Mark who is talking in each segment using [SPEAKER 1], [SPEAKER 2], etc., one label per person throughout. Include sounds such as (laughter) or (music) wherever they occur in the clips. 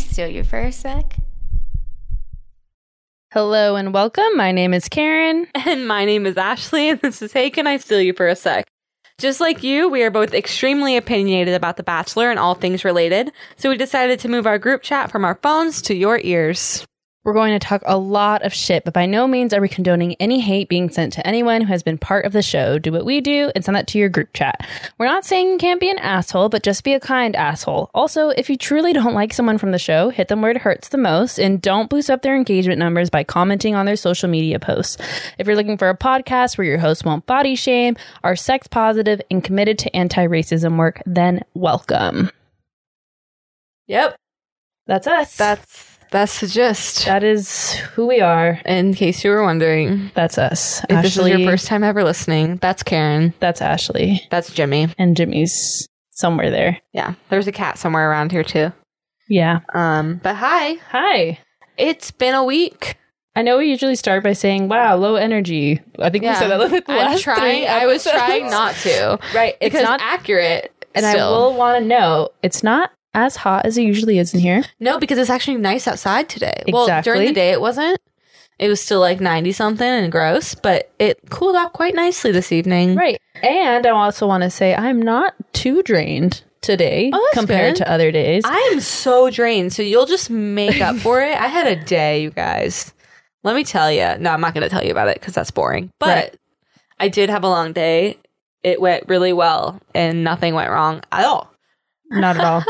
[SPEAKER 1] steal you for a sec?
[SPEAKER 2] Hello and welcome. My name is Karen.
[SPEAKER 3] And my name is Ashley, and this is Hey, Can I Steal You for a Sec? Just like you, we are both extremely opinionated about The Bachelor and all things related, so we decided to move our group chat from our phones to your ears.
[SPEAKER 2] We're going to talk a lot of shit, but by no means are we condoning any hate being sent to anyone who has been part of the show. Do what we do and send that to your group chat. We're not saying you can't be an asshole, but just be a kind asshole. Also, if you truly don't like someone from the show, hit them where it hurts the most and don't boost up their engagement numbers by commenting on their social media posts. If you're looking for a podcast where your host won't body shame, are sex positive, and committed to anti racism work, then welcome.
[SPEAKER 3] Yep,
[SPEAKER 2] That's us.
[SPEAKER 3] that's that's the gist.
[SPEAKER 2] that is who we are.
[SPEAKER 3] In case you were wondering,
[SPEAKER 2] That's us.
[SPEAKER 3] if this is your first time ever listening, that's Karen.
[SPEAKER 2] That's Ashley.
[SPEAKER 3] That's Jimmy.
[SPEAKER 2] And Jimmy's somewhere there.
[SPEAKER 3] Yeah, there's a cat somewhere around here too.
[SPEAKER 2] Yeah.
[SPEAKER 3] Um, but hi,
[SPEAKER 2] Hi.
[SPEAKER 3] it's been a week.
[SPEAKER 2] I know we usually start by saying, wow, low energy. I think we said that like (laughs) the
[SPEAKER 3] I'm
[SPEAKER 2] last
[SPEAKER 3] trying.
[SPEAKER 2] three
[SPEAKER 3] I was
[SPEAKER 2] episodes.
[SPEAKER 3] trying not to.
[SPEAKER 2] Right. It's
[SPEAKER 3] (laughs) because
[SPEAKER 2] not.
[SPEAKER 3] accurate.
[SPEAKER 2] And I
[SPEAKER 3] still.
[SPEAKER 2] will want to know, it's not as hot as it usually is in here.
[SPEAKER 3] No, because it's actually nice outside today. Well, during
[SPEAKER 2] Exactly.
[SPEAKER 3] the day it wasn't. It was still like 90 something and gross, but it cooled off quite nicely this evening.
[SPEAKER 2] Right. And I also want to say, I'm not too drained today
[SPEAKER 3] Oh, that's
[SPEAKER 2] compared
[SPEAKER 3] good.
[SPEAKER 2] to other days.
[SPEAKER 3] I am so drained, so you'll just make up for it. I
[SPEAKER 2] (laughs)
[SPEAKER 3] had a day, you guys. Let me tell you. No, I'm not going to tell you about it because that's boring. But
[SPEAKER 2] Right.
[SPEAKER 3] I did have a long day. It went really well, and nothing went wrong at all.
[SPEAKER 2] not at
[SPEAKER 3] (laughs)
[SPEAKER 2] all.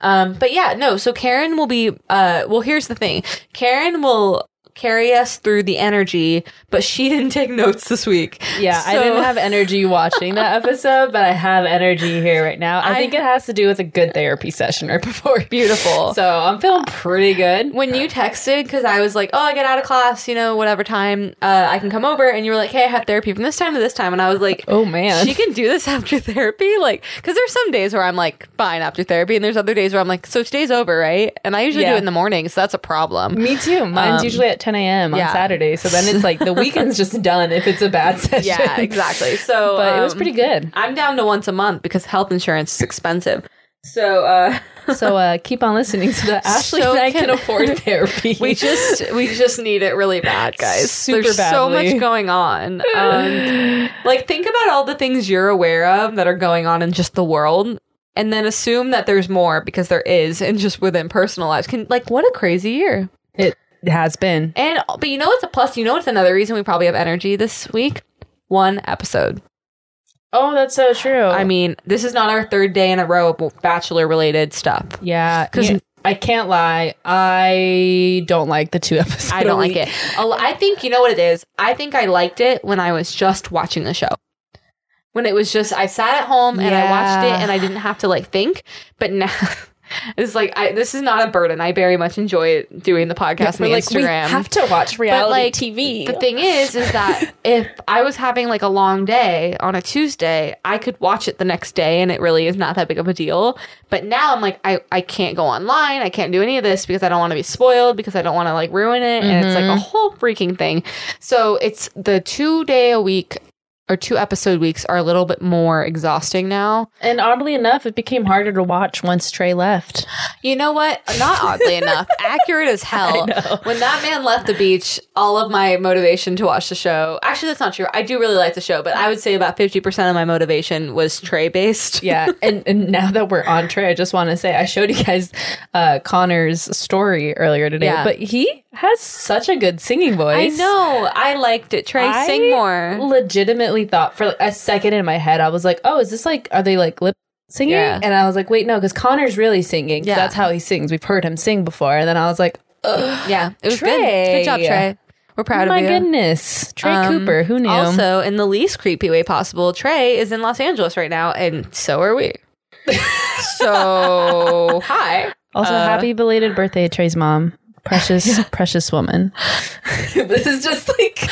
[SPEAKER 3] um, but yeah, no. So Karen will be. Uh, well, here's the thing. Karen will carry us through the energy, but she (laughs) didn't take notes this week.
[SPEAKER 2] Yeah, I
[SPEAKER 3] So-
[SPEAKER 2] didn't
[SPEAKER 3] (laughs)
[SPEAKER 2] have energy watching that episode, but I have energy here right now. I,
[SPEAKER 3] I-
[SPEAKER 2] think it has to do with a good therapy session right (laughs) before.
[SPEAKER 3] Beautiful.
[SPEAKER 2] So I'm feeling pretty good.
[SPEAKER 3] when you texted, because I was like, "Oh, I get out of class, you know, whatever time uh, I can come over," and you were like, "Hey, I have therapy from this time to this time," and I was like,
[SPEAKER 2] Oh man.
[SPEAKER 3] She can do this (laughs) after therapy, like, because there's some days where I'm like fine after therapy, and there's other days where I'm like, so today's over, right? And I usually
[SPEAKER 2] Yeah.
[SPEAKER 3] do it in the morning, so that's a problem.
[SPEAKER 2] me too. Mine's
[SPEAKER 3] Um,
[SPEAKER 2] usually at 10 a.m.
[SPEAKER 3] yeah.
[SPEAKER 2] on Saturday, so then it's like the weekend's just done if it's a bad session.
[SPEAKER 3] (laughs) (laughs) Yeah,
[SPEAKER 2] (laughs)
[SPEAKER 3] exactly. So,
[SPEAKER 2] But it was
[SPEAKER 3] um,
[SPEAKER 2] pretty good.
[SPEAKER 3] I'm down to once a month because health insurance is expensive. So uh,
[SPEAKER 2] So uh, keep on listening so that Ashley
[SPEAKER 3] (laughs) So
[SPEAKER 2] and I can,
[SPEAKER 3] can- (laughs)
[SPEAKER 2] afford therapy.
[SPEAKER 3] we just we just need it
[SPEAKER 2] (laughs)
[SPEAKER 3] really bad, guys.
[SPEAKER 2] Super
[SPEAKER 3] There's so
[SPEAKER 2] badly.
[SPEAKER 3] much going on. Um, like think about all the things you're aware of that are going on in just the world, and then assume that there's more because there is, and just within personal lives. Can like what a crazy year.
[SPEAKER 2] it has been.
[SPEAKER 3] And but you know what's a plus? You know what's another reason we probably have energy this week? One episode.
[SPEAKER 2] Oh, that's so true.
[SPEAKER 3] I mean, this is not our third day in a row of bachelor related stuff.
[SPEAKER 2] yeah,
[SPEAKER 3] 'Cause-
[SPEAKER 2] yeah, I can't lie. I don't like the two (laughs) episodes.
[SPEAKER 3] I don't like it. A lo- I think you know what it is. I think I liked it when I was just watching the show. When it was just I sat at home and I watched
[SPEAKER 2] Yeah.
[SPEAKER 3] it and I didn't have to like think. But now (laughs) it's like I, this is not a burden. I very much enjoy doing the podcast
[SPEAKER 2] We're
[SPEAKER 3] and the
[SPEAKER 2] like, we
[SPEAKER 3] Instagram.
[SPEAKER 2] have to watch reality
[SPEAKER 3] like,
[SPEAKER 2] TV.
[SPEAKER 3] the thing is, is that if I was having like a long day on a Tuesday, I could watch it the next day and it really is not that big of a deal. But now I'm like, I, I can't go online. I can't do any of this because I don't want to be spoiled because I don't want to like ruin it. And it's like a whole freaking thing. So it's the two day a week or two episode weeks are a little bit more exhausting now.
[SPEAKER 2] And oddly enough, it became harder to watch once Trey left.
[SPEAKER 3] You know what? Not
[SPEAKER 2] (laughs)
[SPEAKER 3] oddly enough, accurate as hell. When that man left the beach, all of my motivation to watch the show. Actually, that's not true. I do really like the show, but I would say about 50% of my motivation was Trey based.
[SPEAKER 2] Yeah, and, and now that we're on Trey, I just want to say I showed you guys uh, Connor's story earlier today,
[SPEAKER 3] Yeah.
[SPEAKER 2] but he has such a good singing
[SPEAKER 3] I
[SPEAKER 2] voice.
[SPEAKER 3] know. I liked it. Trey,
[SPEAKER 2] I
[SPEAKER 3] sing more.
[SPEAKER 2] Legitimately thought for like a second in my head, I was like, "Oh, is this like are they like lip singing?"
[SPEAKER 3] Yeah.
[SPEAKER 2] And I was like, "Wait, no, because Connor's really singing. 'cause
[SPEAKER 3] Yeah.
[SPEAKER 2] That's how he sings. We've heard him sing before." And then I was like, "Oh
[SPEAKER 3] Yeah, it was good.
[SPEAKER 2] Trey. Oh
[SPEAKER 3] Good job, Trey. We're proud
[SPEAKER 2] my
[SPEAKER 3] of you.
[SPEAKER 2] goodness, Trey
[SPEAKER 3] Um,
[SPEAKER 2] Cooper. Who knew?"
[SPEAKER 3] Also, in the least creepy way possible, Trey is in Los Angeles right now, and so
[SPEAKER 2] (laughs)
[SPEAKER 3] are we. so, hi.
[SPEAKER 2] Also,
[SPEAKER 3] Uh,
[SPEAKER 2] happy belated birthday, Trey's mom. (laughs) Precious, precious woman. (laughs) this is just like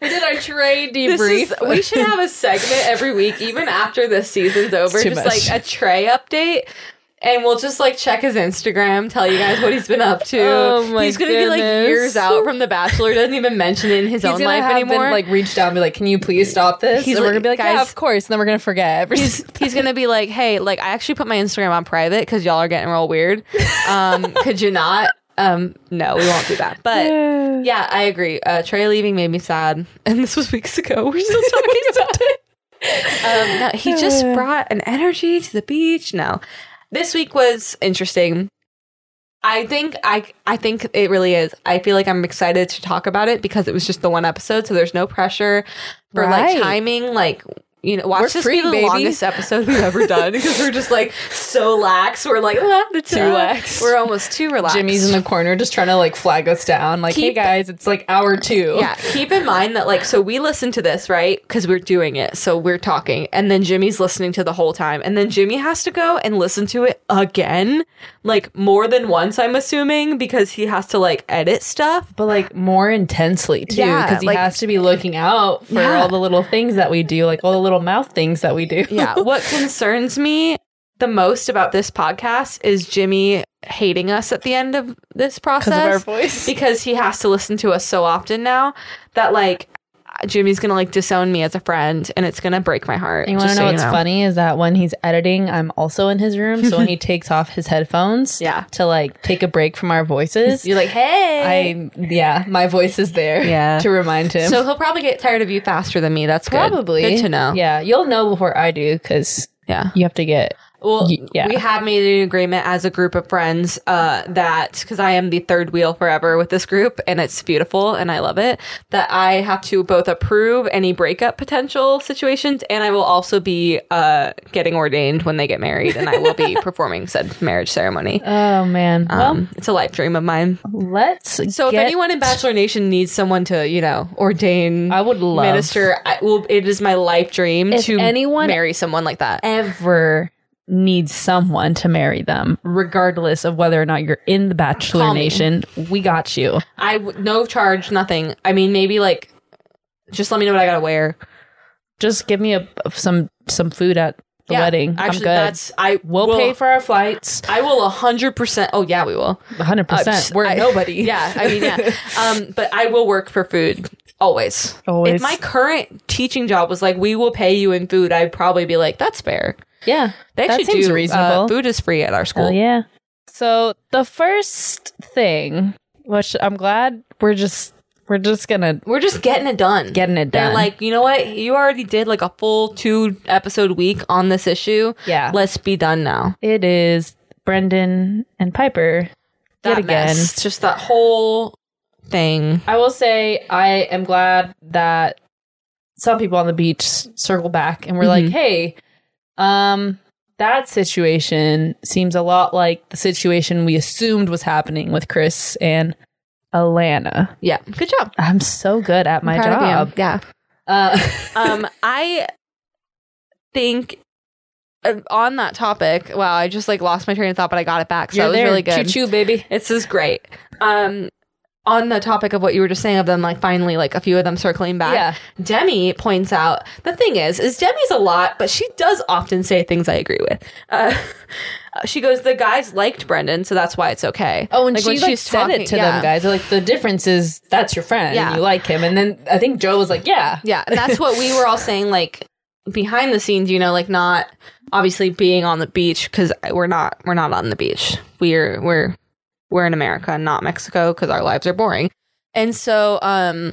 [SPEAKER 2] we did our Trey
[SPEAKER 3] This is- we should have a segment every week, even after this season's over,
[SPEAKER 2] It's too
[SPEAKER 3] just
[SPEAKER 2] much.
[SPEAKER 3] like a tray update. and we'll just like check his Instagram, tell you guys what he's been up
[SPEAKER 2] (laughs)
[SPEAKER 3] to.
[SPEAKER 2] Oh my
[SPEAKER 3] he's gonna be like
[SPEAKER 2] goodness.
[SPEAKER 3] years out from The Bachelor, doesn't even mention it in his own
[SPEAKER 2] gonna
[SPEAKER 3] life
[SPEAKER 2] have
[SPEAKER 3] anymore.
[SPEAKER 2] Been, like reach down, and be like, "Can you please stop this?"
[SPEAKER 3] He's
[SPEAKER 2] and we're
[SPEAKER 3] like,
[SPEAKER 2] gonna be like, "Yeah,
[SPEAKER 3] "Guys."
[SPEAKER 2] of course." And then we're gonna forget.
[SPEAKER 3] he's he's gonna be like, hey, like I actually put my Instagram on private because y'all are getting real weird. Um, could you not? Um, no, we won't do that. But yeah, I agree. Uh, Trey leaving made me sad, (laughs) and this was weeks ago. We're still talking about it. Um, no, he just brought an energy to the beach. No, this week was interesting. I think I I think it really is. I feel like I'm excited to talk about it because it was just the one episode, so there's no pressure for
[SPEAKER 2] Right.
[SPEAKER 3] like timing. Like you know, watch
[SPEAKER 2] We're
[SPEAKER 3] this
[SPEAKER 2] free,
[SPEAKER 3] be the
[SPEAKER 2] baby.
[SPEAKER 3] longest episode we've ever done because we're just like so lax. We're like ah, the
[SPEAKER 2] Too
[SPEAKER 3] time.
[SPEAKER 2] lax.
[SPEAKER 3] We're almost too
[SPEAKER 2] (laughs)
[SPEAKER 3] relaxed.
[SPEAKER 2] Jimmy's in the corner, just trying to like flag us down. Like,
[SPEAKER 3] Keep-
[SPEAKER 2] hey guys, it's like hour two.
[SPEAKER 3] Yeah, keep in mind that like so we listen to this, right? Cuz we're doing it. So we're talking and then Jimmy's listening to the whole time and then Jimmy has to go and listen to it again, like more than once I'm assuming because he has to like edit stuff.
[SPEAKER 2] but like more intensely too,
[SPEAKER 3] Yeah,
[SPEAKER 2] because he
[SPEAKER 3] like-
[SPEAKER 2] has to be looking out for
[SPEAKER 3] Yeah.
[SPEAKER 2] all the little things that we do, like all the little mouth things that we do. (laughs)
[SPEAKER 3] Yeah, what concerns me the most about this podcast is Jimmy hating us at the end of this
[SPEAKER 2] because of our
[SPEAKER 3] process
[SPEAKER 2] voice.
[SPEAKER 3] (laughs) because he has to listen to us so often now that like Jimmy's going to like disown me as a friend and it's going to break my heart.
[SPEAKER 2] You want to
[SPEAKER 3] just
[SPEAKER 2] know
[SPEAKER 3] so
[SPEAKER 2] what's funny is that when he's editing, I'm also in his room. So when (laughs) he takes off his headphones,
[SPEAKER 3] Yeah.
[SPEAKER 2] to like take a break from our voices,
[SPEAKER 3] You're like, hey.
[SPEAKER 2] I yeah, my voice is there, (laughs)
[SPEAKER 3] Yeah.
[SPEAKER 2] to remind him.
[SPEAKER 3] so he'll probably get tired of you faster than me. That's good.
[SPEAKER 2] probably
[SPEAKER 3] good to know.
[SPEAKER 2] Yeah, you'll know before I do because
[SPEAKER 3] Yeah.
[SPEAKER 2] you have to get
[SPEAKER 3] Well,
[SPEAKER 2] Y- yeah.
[SPEAKER 3] we have made an agreement as a group of friends uh, that because I am the third wheel forever with this group, and it's beautiful, and I love it. That I have to both approve any breakup potential situations, and I will also be uh, getting ordained when they get married, and I
[SPEAKER 2] (laughs)
[SPEAKER 3] will be performing said marriage ceremony.
[SPEAKER 2] Oh man.
[SPEAKER 3] Um, it's a life dream of mine.
[SPEAKER 2] well, let's.
[SPEAKER 3] So,
[SPEAKER 2] get-
[SPEAKER 3] if anyone in Bachelor Nation needs someone to, you know, ordain,
[SPEAKER 2] I would love
[SPEAKER 3] minister. I, well, it is my life dream
[SPEAKER 2] If
[SPEAKER 3] to
[SPEAKER 2] anyone-
[SPEAKER 3] marry someone like that.
[SPEAKER 2] ever needs someone to marry them, regardless of whether or not you're in the Bachelor
[SPEAKER 3] Call me.
[SPEAKER 2] Nation. We got you.
[SPEAKER 3] I w- no charge, nothing. I mean, maybe like, just let me know what I gotta wear.
[SPEAKER 2] Just give me a, some some food at the
[SPEAKER 3] Yeah,
[SPEAKER 2] wedding. I'm
[SPEAKER 3] Actually,
[SPEAKER 2] good.
[SPEAKER 3] that's I.
[SPEAKER 2] we'll
[SPEAKER 3] will,
[SPEAKER 2] pay for our flights.
[SPEAKER 3] I will hundred percent. Oh yeah, we (laughs) will.
[SPEAKER 2] 100. percent
[SPEAKER 3] Uh,
[SPEAKER 2] We're
[SPEAKER 3] I-
[SPEAKER 2] nobody.
[SPEAKER 3] Yeah, I mean, yeah. um, but I will work for food always.
[SPEAKER 2] Always.
[SPEAKER 3] If my current teaching job was like, we will pay you in food, I'd probably be like, that's fair.
[SPEAKER 2] yeah.
[SPEAKER 3] They
[SPEAKER 2] That
[SPEAKER 3] actually
[SPEAKER 2] seems
[SPEAKER 3] do.
[SPEAKER 2] reasonable.
[SPEAKER 3] Uh, food is free at our school.
[SPEAKER 2] Hell Oh, yeah. So the first thing, which I'm glad we're just we're just gonna
[SPEAKER 3] We're just getting it done.
[SPEAKER 2] getting it
[SPEAKER 3] They're
[SPEAKER 2] done.
[SPEAKER 3] like, you know what? You already did like a full two episode week on this issue.
[SPEAKER 2] yeah,
[SPEAKER 3] Let's be done now.
[SPEAKER 2] it is Brendan and Piper yet again.
[SPEAKER 3] mess, just that whole thing.
[SPEAKER 2] I will say I am glad that some people on the beach circle back and we're
[SPEAKER 3] Mhm.
[SPEAKER 2] like, hey, um, that situation seems a lot like the situation we assumed was happening with Chris and Alana.
[SPEAKER 3] Yeah. Good job.
[SPEAKER 2] I'm so good at my
[SPEAKER 3] Proud of you.
[SPEAKER 2] job.
[SPEAKER 3] Yeah.
[SPEAKER 2] (laughs)
[SPEAKER 3] (laughs)
[SPEAKER 2] Uh,
[SPEAKER 3] Um, I think uh, on that topic, wow, I just like lost my train of thought, but I got it back. So that was really good.
[SPEAKER 2] Choo choo, baby.
[SPEAKER 3] This is great. Um, on the topic of what you were just saying of them, like finally, like a few of them circling back.
[SPEAKER 2] Yeah.
[SPEAKER 3] Demi points out the thing is, is Demi's a lot, but she does often say things I agree with. Uh, (laughs) she goes, the guys liked Brendan, so that's why it's okay.
[SPEAKER 2] Oh, and
[SPEAKER 3] Like,
[SPEAKER 2] she
[SPEAKER 3] when
[SPEAKER 2] like, said
[SPEAKER 3] talking-
[SPEAKER 2] it to
[SPEAKER 3] yeah.
[SPEAKER 2] them guys. They're like, the difference is that's your friend
[SPEAKER 3] Yeah.
[SPEAKER 2] and you like him. And then I think Joe was like, yeah.
[SPEAKER 3] (laughs) Yeah, and that's what we were all saying, like behind the scenes, you know, like not obviously being on the beach because we're not we're not on the beach. We're we're we're in America, not Mexico, because our lives are boring. And so, um,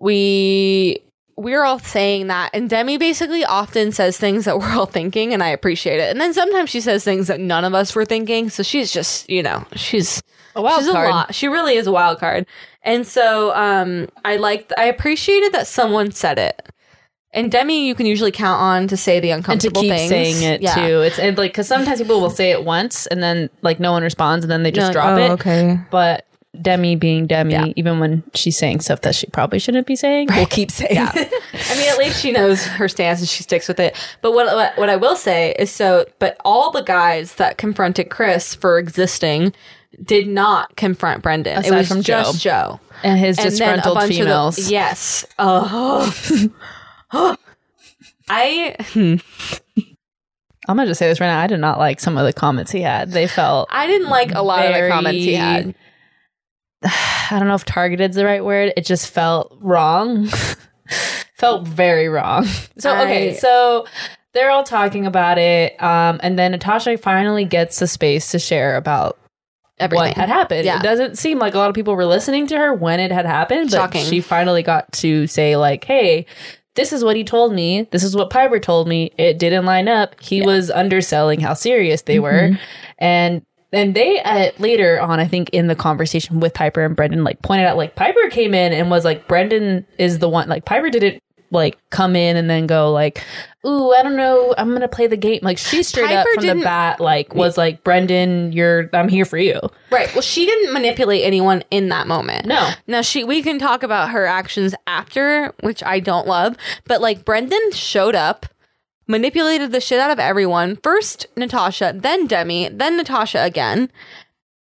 [SPEAKER 3] we we're all saying that, and Demi basically often says things that (laughs) we're all thinking, and I appreciate it. And then sometimes she says things that none of us were thinking. So she's just, you know, she's
[SPEAKER 2] A wild
[SPEAKER 3] She's a
[SPEAKER 2] card.
[SPEAKER 3] lot. She really is a wild card. And so um I liked I appreciated that someone said it. And Demi you can usually count on to say the
[SPEAKER 2] and to
[SPEAKER 3] uncomfortable
[SPEAKER 2] keep
[SPEAKER 3] things.
[SPEAKER 2] saying it
[SPEAKER 3] Yeah.
[SPEAKER 2] too. It's and like because sometimes people will say it once and then like no one responds and then they just
[SPEAKER 3] Like,
[SPEAKER 2] drop
[SPEAKER 3] oh,
[SPEAKER 2] it.
[SPEAKER 3] Okay.
[SPEAKER 2] But Demi being Demi,
[SPEAKER 3] Yeah.
[SPEAKER 2] even when she's saying stuff that she probably shouldn't be saying, will keep saying. it.
[SPEAKER 3] I mean, at least she knows her stance and she sticks with it. But what- what what I will say is so but all the guys that confronted Chris for existing did not confront Brendan.
[SPEAKER 2] Aside
[SPEAKER 3] it was
[SPEAKER 2] from Joe.
[SPEAKER 3] just Joe.
[SPEAKER 2] and his
[SPEAKER 3] And then a
[SPEAKER 2] disgruntled
[SPEAKER 3] bunch of the-
[SPEAKER 2] females.
[SPEAKER 3] yes. (gasps) Oh. I. hmm.
[SPEAKER 2] I'm gonna just say this right now. I did not like some of the comments he had. They felt
[SPEAKER 3] I didn't like a lot of the
[SPEAKER 2] Very-
[SPEAKER 3] comments he had.
[SPEAKER 2] I don't know if targeted's the right word. It just felt wrong. (laughs) felt very wrong. So okay,
[SPEAKER 3] I-
[SPEAKER 2] so they're all talking about it, um, and then Natasha finally gets the space to share about
[SPEAKER 3] Everything.
[SPEAKER 2] what had happened.
[SPEAKER 3] Yeah.
[SPEAKER 2] It doesn't seem like a lot of people were listening to her when it had happened, but
[SPEAKER 3] Shocking.
[SPEAKER 2] she finally got to say like, "Hey, this is what he told me. This is what Piper told me. It didn't line up. He was underselling how serious they were."
[SPEAKER 3] Mm-hmm.
[SPEAKER 2] And and they uh, later on, I think, in the conversation with Piper and Brendan, like pointed out like Piper came in and was like, "Brendan is the one." Like Piper didn't like come in and then go like, "Ooh, I don't know, I'm gonna play the game." Like she straight up
[SPEAKER 3] Piper
[SPEAKER 2] from the
[SPEAKER 3] didn't-
[SPEAKER 2] bat like was like, "Brendan, you're I'm here for you."
[SPEAKER 3] Right. Well, she didn't manipulate anyone in that moment.
[SPEAKER 2] No.
[SPEAKER 3] Now she we can talk about her actions after, which I don't love, but like Brendan showed up, manipulated the shit out of everyone. First Natasha, then Demi, then Natasha again.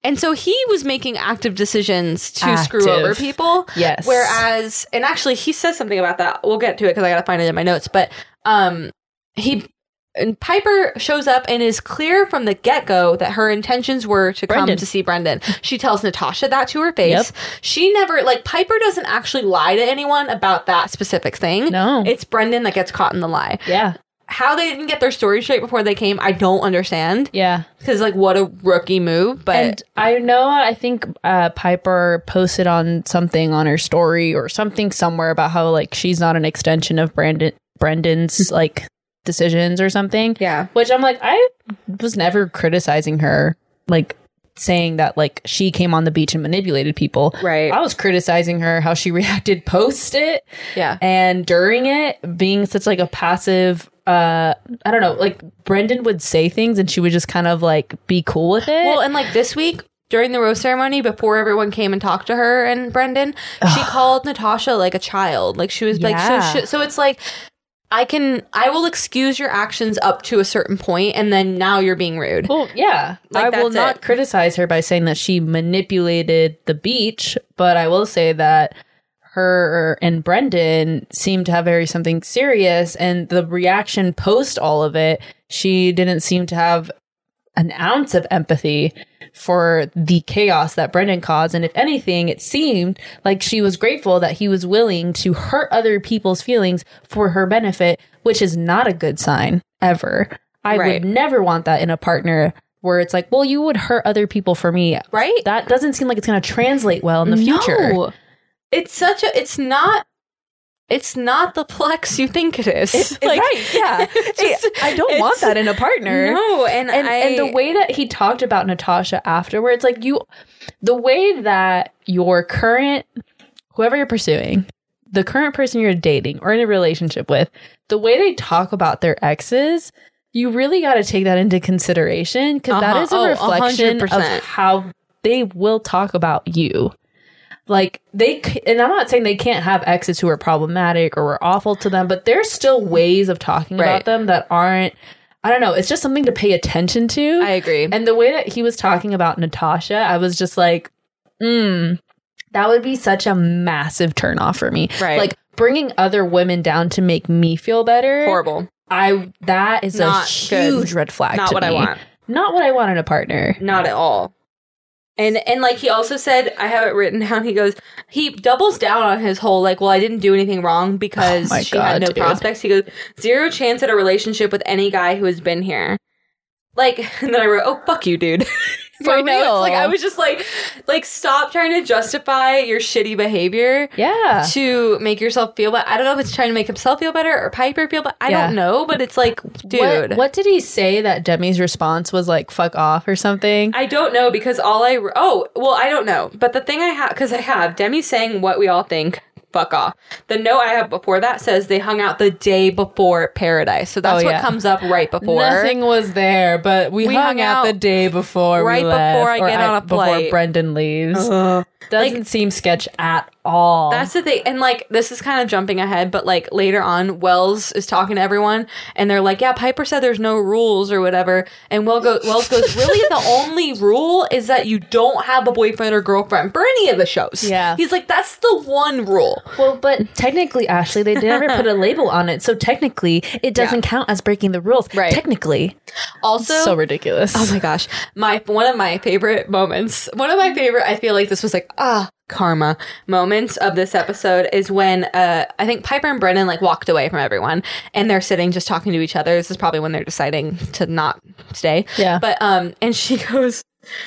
[SPEAKER 3] And so he was making active decisions to screw
[SPEAKER 2] Active.
[SPEAKER 3] over people.
[SPEAKER 2] Yes.
[SPEAKER 3] Whereas, and actually, he says something about that. We'll get to it because I got to find it in my notes. But um, he and Piper shows up and is clear from the get go that her intentions were to come
[SPEAKER 2] Brendan.
[SPEAKER 3] to see Brendan. She tells Natasha that to her face.
[SPEAKER 2] Yep.
[SPEAKER 3] She never like Piper doesn't actually lie to anyone about that specific thing.
[SPEAKER 2] No.
[SPEAKER 3] it's Brendan that gets caught in the lie.
[SPEAKER 2] Yeah.
[SPEAKER 3] How they didn't get their story straight before they came, I don't understand.
[SPEAKER 2] Yeah.
[SPEAKER 3] Because like, what a rookie move. But
[SPEAKER 2] And I know I think uh, Piper posted on something on her story or something somewhere about how like she's not an extension of Brandon
[SPEAKER 3] (laughs)
[SPEAKER 2] Brendan's like decisions or something.
[SPEAKER 3] yeah,
[SPEAKER 2] Which I'm like, I was never criticizing her, like saying that like she came on the beach and manipulated people.
[SPEAKER 3] Right.
[SPEAKER 2] I was criticizing her how she (laughs) reacted post it
[SPEAKER 3] yeah.
[SPEAKER 2] and during it being such like a passive uh i don't know like brendan would say things and she would just kind of like be cool with it
[SPEAKER 3] Well, and like this week during the rose ceremony, before everyone came and talked to her and Brendan, she called Natasha like a child. Like she was
[SPEAKER 2] Yeah.
[SPEAKER 3] like, so, sh so it's like, I can, I will excuse your actions up to a certain point, and then now you're being rude.
[SPEAKER 2] Well, yeah
[SPEAKER 3] Like,
[SPEAKER 2] i will
[SPEAKER 3] that's
[SPEAKER 2] not
[SPEAKER 3] it.
[SPEAKER 2] criticize her by saying that she manipulated the beach but i will say that her and brendan seemed to have very something serious and the reaction post all of it she didn't seem to have an ounce of empathy for the chaos that Brendan caused. And if anything, it seemed like she was grateful that he was willing to hurt other people's feelings for her benefit, which is not a good sign ever. I
[SPEAKER 3] Right.
[SPEAKER 2] would never want that in a partner where it's like, well, you would hurt other people for me.
[SPEAKER 3] Right?
[SPEAKER 2] That doesn't seem like it's going to translate well in the future. (laughs)
[SPEAKER 3] No. It's such a, it's not, it's not the plex you think it is.
[SPEAKER 2] right. (laughs) Yeah.
[SPEAKER 3] Just-
[SPEAKER 2] I don't want
[SPEAKER 3] it's-
[SPEAKER 2] that in a partner.
[SPEAKER 3] No, and,
[SPEAKER 2] and
[SPEAKER 3] I,
[SPEAKER 2] and the way that he talked about Natasha afterwards, like you, the way that your current, whoever you're pursuing, the current person you're dating or in a relationship with, the way they talk about their exes, you really got to take that into consideration because
[SPEAKER 3] Uh-huh.
[SPEAKER 2] is a
[SPEAKER 3] Oh,
[SPEAKER 2] reflection of
[SPEAKER 3] 100%.
[SPEAKER 2] how they will talk about you. Like they, c- and I'm not saying they can't have exes who are problematic or were awful to them, but there's still ways of talking
[SPEAKER 3] Right.
[SPEAKER 2] about them that aren't. I don't know. It's just something to pay attention to.
[SPEAKER 3] I agree.
[SPEAKER 2] And the way that he was talking about Natasha, I was just like, mm, that would be such a massive turnoff for me.
[SPEAKER 3] Right.
[SPEAKER 2] Like bringing other women down to make me feel better.
[SPEAKER 3] horrible.
[SPEAKER 2] I that is
[SPEAKER 3] Not
[SPEAKER 2] a
[SPEAKER 3] good.
[SPEAKER 2] huge red flag.
[SPEAKER 3] Not
[SPEAKER 2] to
[SPEAKER 3] what I
[SPEAKER 2] me.
[SPEAKER 3] want.
[SPEAKER 2] Not what I want in a partner.
[SPEAKER 3] not at all and and like he also said i have it written (laughs) down he goes he doubles down on his whole like well i didn't do anything wrong
[SPEAKER 2] (laughs)
[SPEAKER 3] because
[SPEAKER 2] Oh my
[SPEAKER 3] she had
[SPEAKER 2] God,
[SPEAKER 3] no
[SPEAKER 2] dude.
[SPEAKER 3] prospects he goes zero chance at a relationship with any guy who has been here like (laughs) and then i wrote oh fuck you dude (laughs)
[SPEAKER 2] For
[SPEAKER 3] I know, it's
[SPEAKER 2] real.
[SPEAKER 3] like i was just like like stop trying to justify your shitty behavior
[SPEAKER 2] Yeah.
[SPEAKER 3] to make yourself feel better i don't know if it's trying to make himself feel better or piper feel better i
[SPEAKER 2] Yeah.
[SPEAKER 3] don't know but it's like dude
[SPEAKER 2] What, what did he say that Demi's response was like fuck off or something?
[SPEAKER 3] I don't know because all I oh well I don't know, but the thing I have because I have Demi saying what we all think. Fuck off. The note I have before that says they hung out the day before Paradise, so that's
[SPEAKER 2] Oh,
[SPEAKER 3] what
[SPEAKER 2] yeah.
[SPEAKER 3] comes up right before.
[SPEAKER 2] Nothing was there, but we,
[SPEAKER 3] We
[SPEAKER 2] hung
[SPEAKER 3] hung
[SPEAKER 2] out,
[SPEAKER 3] out
[SPEAKER 2] the day before we
[SPEAKER 3] right before
[SPEAKER 2] left,
[SPEAKER 3] I
[SPEAKER 2] or
[SPEAKER 3] get on a
[SPEAKER 2] before
[SPEAKER 3] flight.
[SPEAKER 2] Brendan leaves.
[SPEAKER 3] Ugh.
[SPEAKER 2] Doesn't seem sketch at all.
[SPEAKER 3] That's the thing. And like, this is kind of jumping ahead, but like later on, Wells is talking to everyone and they're like, yeah, Piper said there's no rules or whatever. And Wells, go- Wells goes, really?
[SPEAKER 2] (laughs)
[SPEAKER 3] The only rule is that you don't have a boyfriend or girlfriend for any of the shows.
[SPEAKER 2] Yeah.
[SPEAKER 3] He's like, that's the one rule.
[SPEAKER 2] well, but technically, Ashley, they never put a label on it, so technically, it doesn't count as breaking the rules.
[SPEAKER 3] Right.
[SPEAKER 2] Technically,
[SPEAKER 3] Also,
[SPEAKER 2] so ridiculous.
[SPEAKER 3] Oh my gosh. My one of my favorite moments. One of my favorite I feel like this was like ah karma moments of this episode is when uh I think Piper and Brennan like walked away from everyone and they're sitting just talking to each other. This is probably when they're deciding to not stay.
[SPEAKER 2] Yeah.
[SPEAKER 3] But um and she (laughs) goes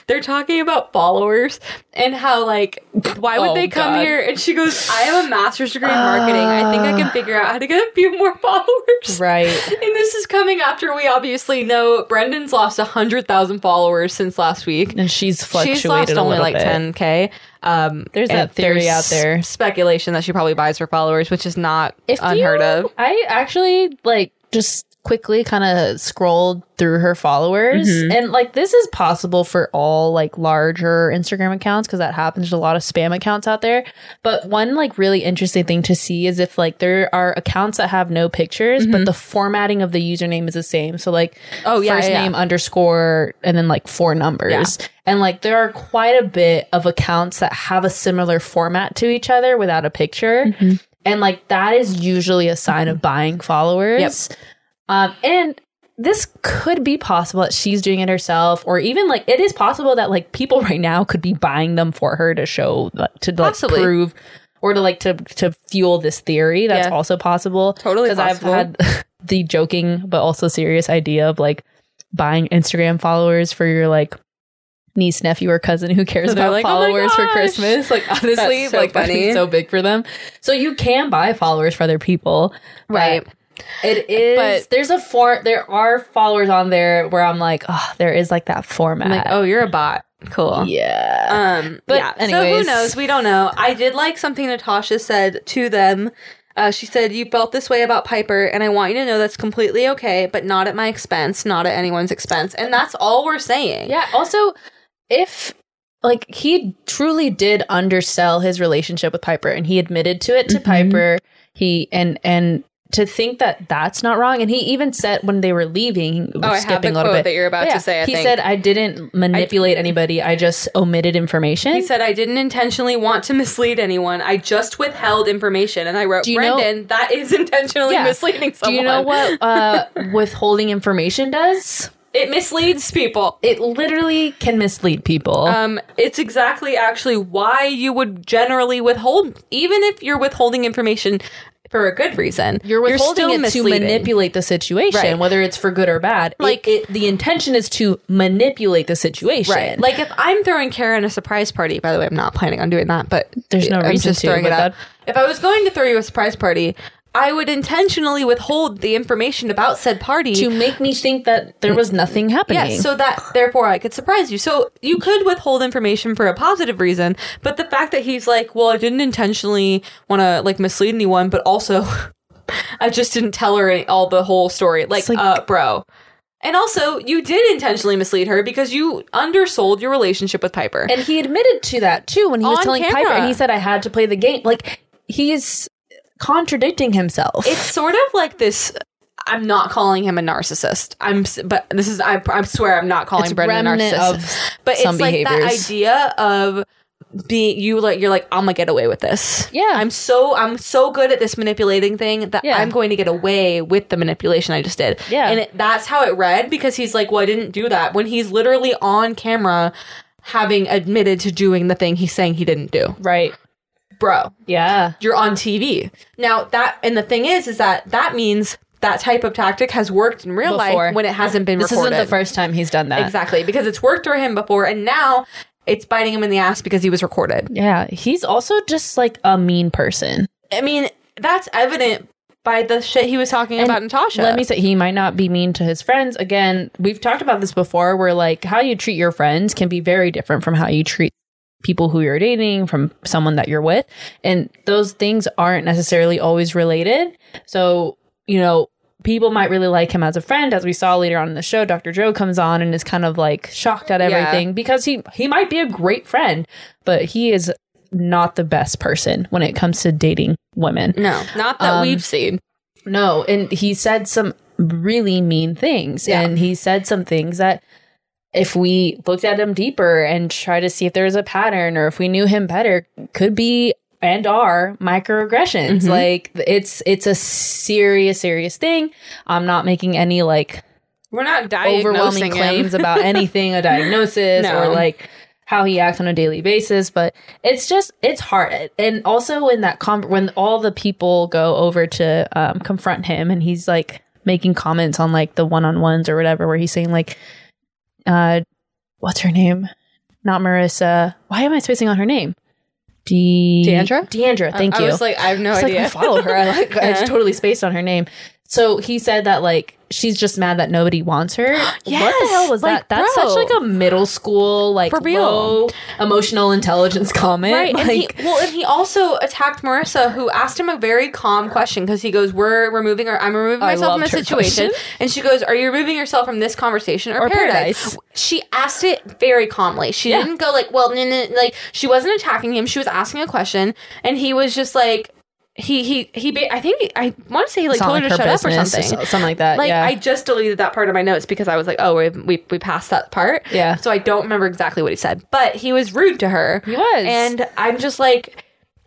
[SPEAKER 3] they're talking about followers and how like why would
[SPEAKER 2] Oh,
[SPEAKER 3] they come
[SPEAKER 2] God.
[SPEAKER 3] here and she goes i have a master's degree in marketing i think i can figure out how to get a few more (laughs) followers
[SPEAKER 2] Ah. right.
[SPEAKER 3] and this is coming after we obviously know Brendan's lost 100,000 followers since last week.
[SPEAKER 2] And she's fluctuated
[SPEAKER 3] She's lost
[SPEAKER 2] a
[SPEAKER 3] only
[SPEAKER 2] little
[SPEAKER 3] like
[SPEAKER 2] bit.
[SPEAKER 3] 10K. Um,
[SPEAKER 2] There's
[SPEAKER 3] and
[SPEAKER 2] that theory out there.
[SPEAKER 3] Speculation that she probably buys her followers, which is not
[SPEAKER 2] If you-
[SPEAKER 3] unheard of.
[SPEAKER 2] I actually like just quickly kind of scrolled through her followers
[SPEAKER 3] Mm-hmm.
[SPEAKER 2] and like this is possible for all like larger Instagram accounts because that happens to a lot of spam accounts out there. But one like really interesting thing to see is if like there are accounts that have no pictures but the formatting of the username is the same. So like
[SPEAKER 3] Mm-hmm. Oh, yeah,
[SPEAKER 2] first
[SPEAKER 3] yeah, yeah.
[SPEAKER 2] name underscore and then like four numbers. And like there are quite a bit of accounts that have a similar format to each other without a picture.
[SPEAKER 3] Mm-hmm.
[SPEAKER 2] And like that is usually a sign of buying followers. Um and this could be possible that she's doing it herself or even like it is possible that like people right now could be buying them for her to show like, to like
[SPEAKER 3] Possibly.
[SPEAKER 2] prove or to like to to fuel this theory that's
[SPEAKER 3] Yeah.
[SPEAKER 2] also possible
[SPEAKER 3] Totally
[SPEAKER 2] because I've
[SPEAKER 3] possible.
[SPEAKER 2] had (laughs) the joking but also serious idea of like buying Instagram followers for your like niece, nephew, or cousin who cares
[SPEAKER 3] And they're
[SPEAKER 2] about
[SPEAKER 3] like, "Oh my
[SPEAKER 2] followers for
[SPEAKER 3] gosh."
[SPEAKER 2] Christmas. (laughs) Like honestly,
[SPEAKER 3] That's so
[SPEAKER 2] like that'd be
[SPEAKER 3] funny.
[SPEAKER 2] so big for them. So you can buy followers for other people.
[SPEAKER 3] Right.
[SPEAKER 2] It is
[SPEAKER 3] But-
[SPEAKER 2] there's a form there are followers on there where I'm like, oh, there is like that format.
[SPEAKER 3] I'm like, oh, you're a bot. Cool.
[SPEAKER 2] yeah.
[SPEAKER 3] Um,
[SPEAKER 2] But
[SPEAKER 3] but so who
[SPEAKER 2] anyways.
[SPEAKER 3] knows? We don't know. I did like something Natasha said to them. Uh, she said, "You felt this way about Piper, and I want you to know that's completely okay, but not at my expense, not at anyone's expense." And that's all we're saying.
[SPEAKER 2] Yeah. Also, if like he truly did undersell his relationship with Piper, and he admitted to it to
[SPEAKER 3] Mhm.
[SPEAKER 2] Piper, he and and to think that that's not wrong, and he even said when they were leaving,
[SPEAKER 3] Oh, I have the
[SPEAKER 2] skipping a
[SPEAKER 3] quote
[SPEAKER 2] little bit.
[SPEAKER 3] that you're about
[SPEAKER 2] But yeah,
[SPEAKER 3] to say. I
[SPEAKER 2] he
[SPEAKER 3] think.
[SPEAKER 2] said, "I didn't manipulate anybody. I just omitted information."
[SPEAKER 3] He said, I didn't intentionally want to mislead anyone. I just withheld information. And I wrote,
[SPEAKER 2] Do you know-
[SPEAKER 3] Brendan, that is intentionally
[SPEAKER 2] Yeah.
[SPEAKER 3] misleading
[SPEAKER 2] "Do
[SPEAKER 3] someone.
[SPEAKER 2] you know what
[SPEAKER 3] (laughs)
[SPEAKER 2] uh, withholding information does?
[SPEAKER 3] It misleads people.
[SPEAKER 2] It literally can mislead people."
[SPEAKER 3] Um, it's exactly actually why you would generally withhold, even if you're withholding information for a good reason.
[SPEAKER 2] you're withholding
[SPEAKER 3] still
[SPEAKER 2] it to
[SPEAKER 3] misleading.
[SPEAKER 2] manipulate the situation,
[SPEAKER 3] Right.
[SPEAKER 2] whether it's for good or bad. Like
[SPEAKER 3] Like-
[SPEAKER 2] it, the intention is to manipulate the situation.
[SPEAKER 3] Right. Like if I'm throwing Karen a surprise party, by the way, I'm not planning on doing that, but
[SPEAKER 2] There's no
[SPEAKER 3] I'm
[SPEAKER 2] reason
[SPEAKER 3] just
[SPEAKER 2] to,
[SPEAKER 3] throwing
[SPEAKER 2] but
[SPEAKER 3] it out.
[SPEAKER 2] that-
[SPEAKER 3] If I was going to throw you a surprise party, I would intentionally withhold the information about said party
[SPEAKER 2] to make me think that there was nothing happening.
[SPEAKER 3] Yes, so that therefore I could surprise you. So you could withhold information for a positive reason, but the fact that he's like, well, I didn't intentionally want to like mislead anyone, but also (laughs) I just didn't tell her any- all the whole story. Like,
[SPEAKER 2] It's like-
[SPEAKER 3] uh, bro. And also, you did intentionally mislead her because you undersold your relationship with Piper.
[SPEAKER 2] and he admitted to that too when he was
[SPEAKER 3] On
[SPEAKER 2] telling
[SPEAKER 3] camera.
[SPEAKER 2] Piper, and he said, "I had to play the game." Like he's contradicting himself.
[SPEAKER 3] it's sort of like this. I'm not calling him a narcissist. I'm, s- but this is. I, I swear, I'm not calling
[SPEAKER 2] It's
[SPEAKER 3] Brendan a
[SPEAKER 2] remnant
[SPEAKER 3] narcissist.
[SPEAKER 2] of
[SPEAKER 3] but it's
[SPEAKER 2] some
[SPEAKER 3] like
[SPEAKER 2] behaviors.
[SPEAKER 3] that idea of being you like you're like I'm gonna get away with this.
[SPEAKER 2] Yeah.
[SPEAKER 3] I'm so I'm so good at this manipulating thing that
[SPEAKER 2] Yeah.
[SPEAKER 3] I'm going to get away with the manipulation I just did.
[SPEAKER 2] Yeah.
[SPEAKER 3] and it, that's how it read because he's like, well, I didn't do that when he's literally on camera having admitted to doing the thing he's saying he didn't do,
[SPEAKER 2] right.
[SPEAKER 3] bro
[SPEAKER 2] Yeah.
[SPEAKER 3] you're on TV. Now that and the thing is is that that means that type of tactic has worked in real
[SPEAKER 2] Before.
[SPEAKER 3] life when it hasn't been
[SPEAKER 2] This
[SPEAKER 3] recorded.
[SPEAKER 2] isn't the first time he's done that.
[SPEAKER 3] Exactly, because it's worked for him before and now it's biting him in the ass because he was recorded.
[SPEAKER 2] Yeah, he's also just like a mean person.
[SPEAKER 3] I mean, that's evident by the shit he was talking
[SPEAKER 2] And
[SPEAKER 3] about Natasha.
[SPEAKER 2] Let me say he might not be mean to his friends. Again, we've talked about this before where like how you treat your friends can be very different from how you treat people who you're dating, from someone that you're with. And those things aren't necessarily always related. So, you know, people might really like him as a friend as we saw later on in the show dr joe comes on and is kind of like shocked at everything because he he might be a great friend but he is not the best person when it comes to dating women.
[SPEAKER 3] No, not that
[SPEAKER 2] Um,
[SPEAKER 3] we've seen.
[SPEAKER 2] No, and he said some really mean things.
[SPEAKER 3] Yeah.
[SPEAKER 2] And he said some things that if we looked at him deeper and tried to see if there was a pattern or if we knew him better, could be and are microaggressions.
[SPEAKER 3] Mhm.
[SPEAKER 2] Like it's it's a serious, serious thing. I'm not making any like
[SPEAKER 3] We're not
[SPEAKER 2] overwhelming
[SPEAKER 3] diagnosing
[SPEAKER 2] claims
[SPEAKER 3] him.
[SPEAKER 2] about
[SPEAKER 3] (laughs)
[SPEAKER 2] anything, a diagnosis
[SPEAKER 3] No.
[SPEAKER 2] or like how he acts on a daily basis, but it's just it's hard. And also in that con when all the people go over to um, confront him, and he's like making comments on like the one on ones or whatever, where he's saying like, uh, "What's her name? Not Marissa. Why am I spacing on her name? De-
[SPEAKER 3] Deandra?
[SPEAKER 2] Deandra. Thank you.
[SPEAKER 3] I was like, I have no
[SPEAKER 2] It's like,
[SPEAKER 3] idea.
[SPEAKER 2] I followed
[SPEAKER 3] (laughs)
[SPEAKER 2] her. I like I
[SPEAKER 3] Yeah.
[SPEAKER 2] just totally spaced on her name. So he said that like she's just mad that nobody wants
[SPEAKER 3] (gasps)
[SPEAKER 2] her. What the
[SPEAKER 3] Yes!
[SPEAKER 2] hell was
[SPEAKER 3] Like,
[SPEAKER 2] that? That's
[SPEAKER 3] bro.
[SPEAKER 2] such like a middle school like
[SPEAKER 3] For real.
[SPEAKER 2] low emotional intelligence comment.
[SPEAKER 3] Right, and he,
[SPEAKER 2] Like,
[SPEAKER 3] well, and he also attacked Marissa, who asked him a very calm question because he goes, "We're removing, or I'm removing
[SPEAKER 2] I
[SPEAKER 3] myself from the
[SPEAKER 2] loved her
[SPEAKER 3] situation," and she goes, "Are you removing yourself from this conversation or,
[SPEAKER 2] Or
[SPEAKER 3] paradise?
[SPEAKER 2] paradise.
[SPEAKER 3] She asked it very calmly. She
[SPEAKER 2] Yeah.
[SPEAKER 3] didn't go like, "Well, no, no," like she wasn't attacking him. She was asking a question, and he was just like, he he he. Ba- I think I want to say he like
[SPEAKER 2] it's not
[SPEAKER 3] told
[SPEAKER 2] like
[SPEAKER 3] her to shut up or something.
[SPEAKER 2] so- something like that.
[SPEAKER 3] Like
[SPEAKER 2] yeah.
[SPEAKER 3] I just deleted that part of my notes because I was like, oh, we we, we passed that part.
[SPEAKER 2] Yeah.
[SPEAKER 3] So I don't remember exactly what he said, but he was rude to her.
[SPEAKER 2] He was.
[SPEAKER 3] and I'm just like.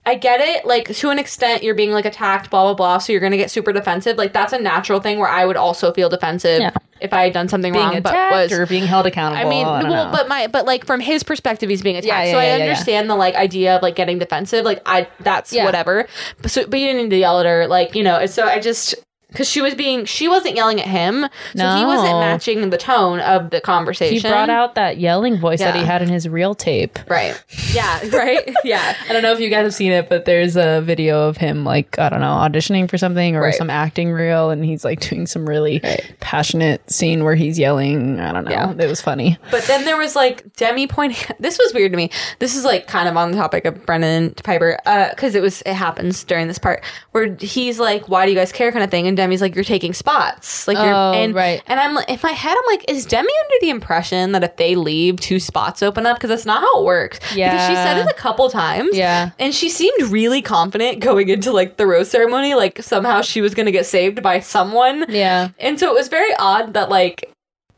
[SPEAKER 3] I get it, like to an extent, you're being like attacked, blah blah blah. So you're gonna get super defensive. Like that's a natural thing where I would also feel defensive
[SPEAKER 2] Yeah.
[SPEAKER 3] if I had done something
[SPEAKER 2] being
[SPEAKER 3] wrong, but
[SPEAKER 2] attacked
[SPEAKER 3] was
[SPEAKER 2] or being held accountable.
[SPEAKER 3] I mean,
[SPEAKER 2] don't
[SPEAKER 3] well,
[SPEAKER 2] know.
[SPEAKER 3] but my, but like from his perspective, he's being attacked.
[SPEAKER 2] Yeah, yeah,
[SPEAKER 3] so
[SPEAKER 2] yeah,
[SPEAKER 3] I
[SPEAKER 2] yeah, yeah.
[SPEAKER 3] understand the like idea of like getting defensive. Like I, that's
[SPEAKER 2] Yeah.
[SPEAKER 3] whatever. But so, but you didn't need to yell at her. Like you know. and So I just because she was being, she wasn't yelling at him. So he wasn't
[SPEAKER 2] No.
[SPEAKER 3] matching the tone of the conversation.
[SPEAKER 2] he brought out that yelling voice that
[SPEAKER 3] Yeah.
[SPEAKER 2] he had in his real tape. (laughs)
[SPEAKER 3] right. Yeah. Right. yeah.
[SPEAKER 2] I don't know if you guys have seen it, but there's a video of him like I don't know auditioning for something or
[SPEAKER 3] Right.
[SPEAKER 2] some acting reel, and he's like doing some really passionate scene where he's yelling. I don't know.
[SPEAKER 3] Yeah.
[SPEAKER 2] It was funny.
[SPEAKER 3] But then there was like Demi pointing. This was weird to me. This is like kind of on the topic of Brennan Piper because it was it happens during this part where he's like, "Why do you guys care?" kind of thing, and Demi's like, "You're taking spots." Like, you're,
[SPEAKER 2] Oh,
[SPEAKER 3] and,
[SPEAKER 2] right.
[SPEAKER 3] And I'm like, in my head, I'm like, is Demi under the impression that if they leave, two spots open up? Because that's not how it works. Because she said
[SPEAKER 2] Yeah.
[SPEAKER 3] it a couple times.
[SPEAKER 2] Yeah.
[SPEAKER 3] And she seemed really confident going into like the rose ceremony. Like somehow she was gonna get saved by someone.
[SPEAKER 2] Yeah.
[SPEAKER 3] And so it was very odd that like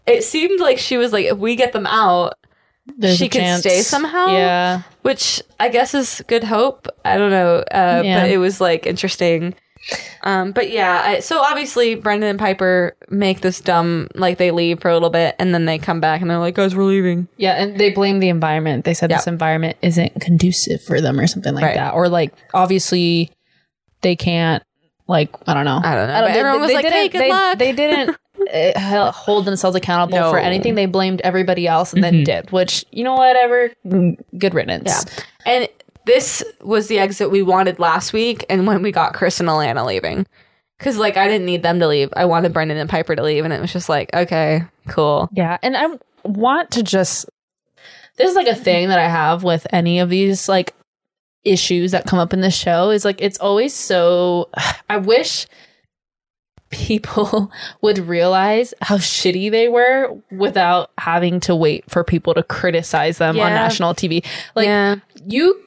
[SPEAKER 3] it seemed like she was like, if we get them out,
[SPEAKER 2] There's
[SPEAKER 3] She
[SPEAKER 2] a
[SPEAKER 3] could
[SPEAKER 2] chance.
[SPEAKER 3] stay somehow?
[SPEAKER 2] Yeah.
[SPEAKER 3] which I guess is good hope. I don't know, uh,
[SPEAKER 2] Yeah.
[SPEAKER 3] but it was like interesting. Um, but yeah, I, so obviously Brendan and Piper make this dumb like they leave for a little bit and then they come back and they're like, guys, we're leaving.
[SPEAKER 2] Yeah, and they blame the environment. They said
[SPEAKER 3] Yeah.
[SPEAKER 2] this environment isn't conducive for them or something like
[SPEAKER 3] Right.
[SPEAKER 2] that. Or like obviously they can't like I don't know.
[SPEAKER 3] I don't know, but everyone was like,
[SPEAKER 2] didn't-
[SPEAKER 3] "Hey, good
[SPEAKER 2] they,
[SPEAKER 3] luck."
[SPEAKER 2] They didn't uh, hold themselves accountable for
[SPEAKER 3] No. Mm-hmm.
[SPEAKER 2] anything. They blamed everybody else and then dipped, which you know whatever. mm, Good riddance.
[SPEAKER 3] Yeah. And this was the exit we wanted last week and when we got Chris and Alana leaving. Cause like I didn't need them to leave. I wanted Brendan and Piper to leave and it was just like, okay, cool.
[SPEAKER 2] Yeah, and I want to just this is like a thing that I have with any of these like issues that come up in the show is like it's always so (sighs) I wish people (laughs) would realize how shitty they were without having to wait for people to criticize them on
[SPEAKER 3] Yeah.
[SPEAKER 2] national TV. Like
[SPEAKER 3] yeah.
[SPEAKER 2] you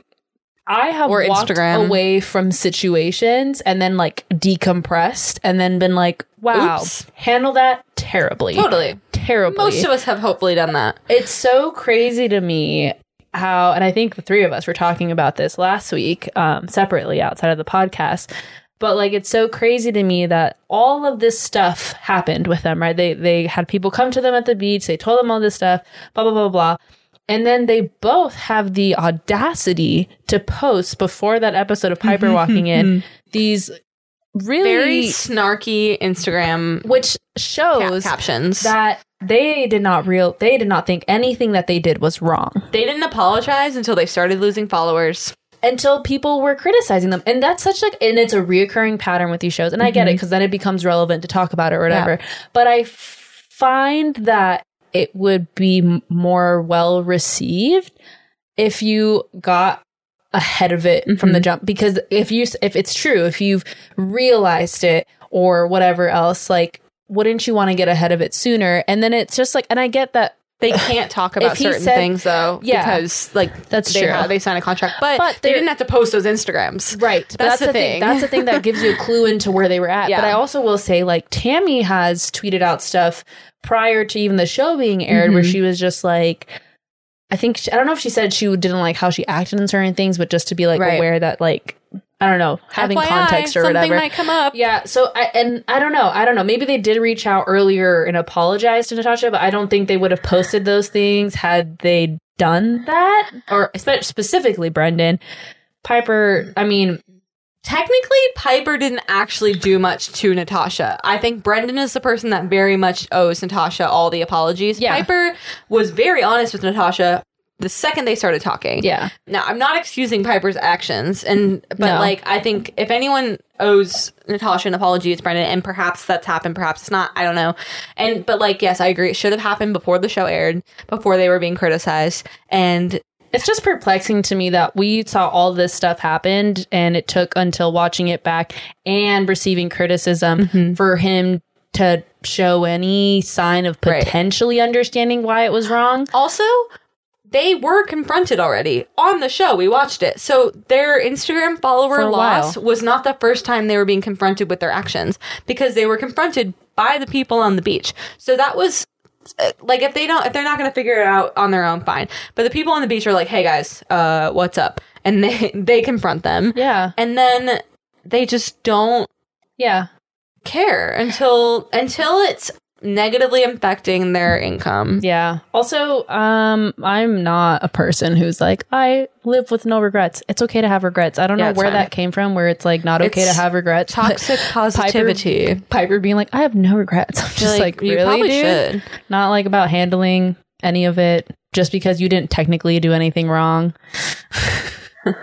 [SPEAKER 2] I have
[SPEAKER 3] Or
[SPEAKER 2] walked
[SPEAKER 3] Instagram.
[SPEAKER 2] away from situations and then like decompressed and then been like, wow,
[SPEAKER 3] Oops.
[SPEAKER 2] handle that terribly.
[SPEAKER 3] Totally.
[SPEAKER 2] Terribly
[SPEAKER 3] Most of us have hopefully done that.
[SPEAKER 2] it's so crazy to me how and i think the three of us were talking about this last week um, separately outside of the podcast but like it's so crazy to me that all of this stuff happened with them right they they had people come to them at the beach they told them all this stuff blah blah blah blah and then they both have the audacity to post before that episode of piper walking in these really
[SPEAKER 3] Very snarky Instagram
[SPEAKER 2] which shows
[SPEAKER 3] ca- captions.
[SPEAKER 2] that they did not real they did not think anything that they did was wrong
[SPEAKER 3] they didn't apologize until they started losing followers.
[SPEAKER 2] until people were criticizing them and that's such like and it's a reoccurring pattern with these shows and i get it
[SPEAKER 3] Mm-hmm.
[SPEAKER 2] because then it becomes relevant to talk about it or whatever but i f- find that it would be m- more well received if you got ahead of it from
[SPEAKER 3] Mm-hmm.
[SPEAKER 2] the jump because if you s- if it's true if you've realized it or whatever else like wouldn't you want to get ahead of it sooner and then it's just like and i get that (sighs)
[SPEAKER 3] They can't talk about
[SPEAKER 2] If he
[SPEAKER 3] certain
[SPEAKER 2] said-
[SPEAKER 3] things though,
[SPEAKER 2] Yeah.
[SPEAKER 3] because like
[SPEAKER 2] That's
[SPEAKER 3] they
[SPEAKER 2] true.
[SPEAKER 3] have- they signed a contract, but,
[SPEAKER 2] But
[SPEAKER 3] they
[SPEAKER 2] they're-
[SPEAKER 3] didn't have to post those Instagrams.
[SPEAKER 2] Right. But
[SPEAKER 3] That's, the, thing.
[SPEAKER 2] That's the thing that gives you a clue into where they were at.
[SPEAKER 3] Yeah.
[SPEAKER 2] But I also will say, like, Tammy has tweeted out stuff prior to even the show being aired where
[SPEAKER 3] Mm-hmm.
[SPEAKER 2] she was just like, I think, she, I don't know if she said she didn't like how she acted in certain things, but just to be like
[SPEAKER 3] Right.
[SPEAKER 2] aware that, like, I don't know, having
[SPEAKER 3] FYI,
[SPEAKER 2] context or
[SPEAKER 3] something
[SPEAKER 2] whatever.
[SPEAKER 3] might come up.
[SPEAKER 2] yeah, so I and I don't know. I don't know. Maybe they did reach out earlier and apologize to Natasha, but I don't think they would have posted those things had they done that. Or spe- specifically Brendan Piper. I mean,
[SPEAKER 3] Technically, Piper didn't actually do much to Natasha. I think Brendan is the person that very much owes Natasha all the apologies.
[SPEAKER 2] Yeah.
[SPEAKER 3] Piper was very honest with Natasha the second they started talking.
[SPEAKER 2] yeah,
[SPEAKER 3] Now, I'm not excusing Piper's actions, and but
[SPEAKER 2] No.
[SPEAKER 3] like I think if anyone owes Natasha an apology, it's Brendan, and perhaps that's happened, perhaps it's not. I don't know. And but like yes, I agree. It should have happened before the show aired, before they were being criticized, and
[SPEAKER 2] it's just perplexing to me that we saw all this stuff happened and it took until watching it back and receiving criticism
[SPEAKER 3] Mm-hmm.
[SPEAKER 2] for him to show any sign of
[SPEAKER 3] Right.
[SPEAKER 2] potentially understanding why it was wrong.
[SPEAKER 3] Also, they were confronted already on the show. We watched it. So their Instagram
[SPEAKER 2] For
[SPEAKER 3] follower
[SPEAKER 2] a
[SPEAKER 3] loss was not the first time they were being confronted with their actions because they were confronted by the people on the beach. So that was uh, like if they don't if they're not going to figure it out on their own fine. But the people on the beach are like, "Hey guys, uh what's up?" And they (laughs) they confront them.
[SPEAKER 2] Yeah.
[SPEAKER 3] And then they just don't
[SPEAKER 2] Yeah.
[SPEAKER 3] care until until it's negatively affecting their income.
[SPEAKER 2] Yeah. Also, um, I'm not a person who's like, I live with no regrets. It's okay to have regrets. I don't
[SPEAKER 3] Yeah,
[SPEAKER 2] know
[SPEAKER 3] it's
[SPEAKER 2] where
[SPEAKER 3] fine.
[SPEAKER 2] that came from, where it's like not okay to
[SPEAKER 3] It's
[SPEAKER 2] have regrets.
[SPEAKER 3] Toxic (laughs) positivity.
[SPEAKER 2] Piper being like, I have no regrets. (laughs) I'm just like, really, dude?
[SPEAKER 3] should.
[SPEAKER 2] not like about handling any of it just because you didn't technically do anything
[SPEAKER 3] (laughs)
[SPEAKER 2] wrong. it's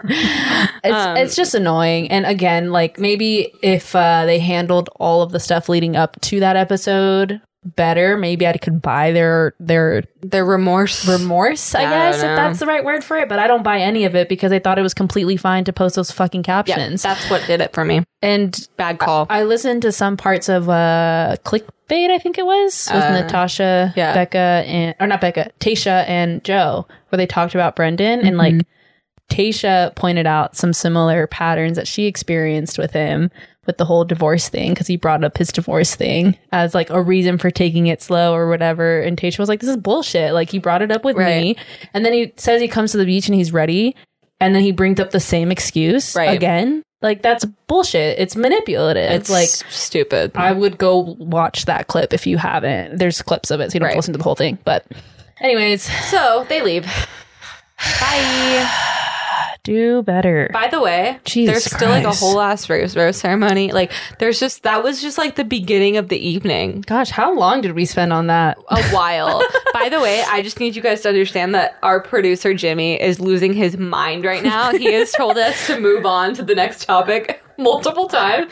[SPEAKER 3] Um,
[SPEAKER 2] it's just annoying. And again, like maybe if uh, they handled all of the stuff leading up to that episode better, maybe I could buy their their
[SPEAKER 3] The remorse.
[SPEAKER 2] remorse, I,
[SPEAKER 3] I don't
[SPEAKER 2] guess, if
[SPEAKER 3] know.
[SPEAKER 2] that's the right word for it. But I don't buy any of it because I thought it was completely fine to post those fucking
[SPEAKER 3] yeah,
[SPEAKER 2] captions.
[SPEAKER 3] that's what did it for me.
[SPEAKER 2] and
[SPEAKER 3] Bad call.
[SPEAKER 2] I listened to some parts of uh clickbait, I think it was, with
[SPEAKER 3] Uh,
[SPEAKER 2] Natasha,
[SPEAKER 3] yeah.
[SPEAKER 2] Becca and or not Becca, Tasha and Joe, where they talked about Brendan and like
[SPEAKER 3] Mm-hmm.
[SPEAKER 2] Tasha pointed out some similar patterns that she experienced with him with the whole divorce thing because he brought up his divorce thing as like a reason for taking it slow or whatever. And Tasha was like, This is bullshit. Like, he brought it up with me.
[SPEAKER 3] Right.
[SPEAKER 2] And then he says he comes to the beach and he's ready. And then he brings up the same excuse
[SPEAKER 3] Right.
[SPEAKER 2] again. Like, that's bullshit. It's manipulative. It's
[SPEAKER 3] it's like
[SPEAKER 2] like,
[SPEAKER 3] stupid.
[SPEAKER 2] I would go watch that clip if you haven't. There's clips of it, so you don't have to
[SPEAKER 3] Right.
[SPEAKER 2] listen to the whole thing. But, anyways,
[SPEAKER 3] so they leave. Bye.
[SPEAKER 2] do better.
[SPEAKER 3] By the way,
[SPEAKER 2] Jesus
[SPEAKER 3] there's still like a
[SPEAKER 2] Christ.
[SPEAKER 3] whole ass rose rose ceremony. Like there's just that was just like the beginning of the evening.
[SPEAKER 2] Gosh, how long did we spend on
[SPEAKER 3] (laughs)
[SPEAKER 2] that?
[SPEAKER 3] A while. By the way, I just need you guys to understand that our producer Jimmy is losing his mind right now. He has told us to move on to the next topic (laughs) multiple times.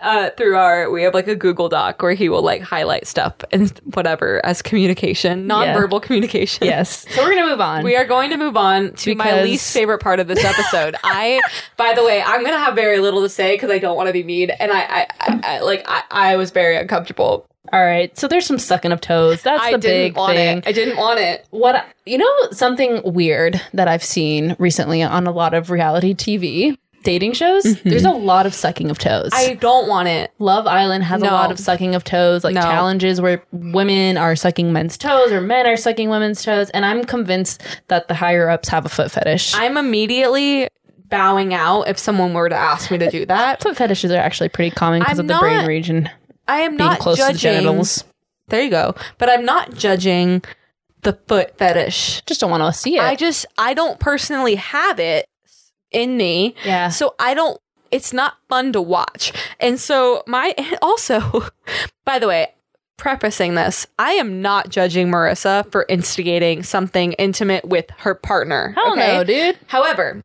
[SPEAKER 3] uh, through our we have like a Google Doc where he will like highlight stuff and whatever as communication, nonverbal communication.
[SPEAKER 2] Yes. So we're gonna move on.
[SPEAKER 3] We are going to move on to my
[SPEAKER 2] Because-
[SPEAKER 3] least favorite part of this episode. I, by the way, I'm going to have very little to say because I don't want to be mean, and I, I, I, I like, I, I was very uncomfortable.
[SPEAKER 2] All right. So there's some sucking of toes. That's
[SPEAKER 3] I
[SPEAKER 2] the
[SPEAKER 3] didn't
[SPEAKER 2] big
[SPEAKER 3] want
[SPEAKER 2] thing.
[SPEAKER 3] it. I didn't want it.
[SPEAKER 2] What I- you know something weird that I've seen recently on a lot of reality TV dating shows. There's a lot of sucking of toes.
[SPEAKER 3] Mm-hmm. I don't want it.
[SPEAKER 2] Love Island has a
[SPEAKER 3] No.
[SPEAKER 2] lot of sucking of toes, like
[SPEAKER 3] No.
[SPEAKER 2] challenges where women are sucking men's toes or men are sucking women's toes, and I'm convinced that the higher ups have a foot fetish.
[SPEAKER 3] I'm immediately bowing out if someone were to ask me to do that.
[SPEAKER 2] foot fetishes are actually pretty common because
[SPEAKER 3] I'm
[SPEAKER 2] of the brain
[SPEAKER 3] not
[SPEAKER 2] region
[SPEAKER 3] I am
[SPEAKER 2] being
[SPEAKER 3] not
[SPEAKER 2] close
[SPEAKER 3] judging.
[SPEAKER 2] to the genitals.
[SPEAKER 3] There you go. But I'm not judging the foot fetish.
[SPEAKER 2] Just don't want to see it.
[SPEAKER 3] I just I don't personally have it in me.
[SPEAKER 2] Yeah.
[SPEAKER 3] So I don't it's not fun to watch. And so my (laughs) and also by the way, prefacing this, I am not judging Marissa for instigating something intimate with her partner.
[SPEAKER 2] Hell no, dude.
[SPEAKER 3] However,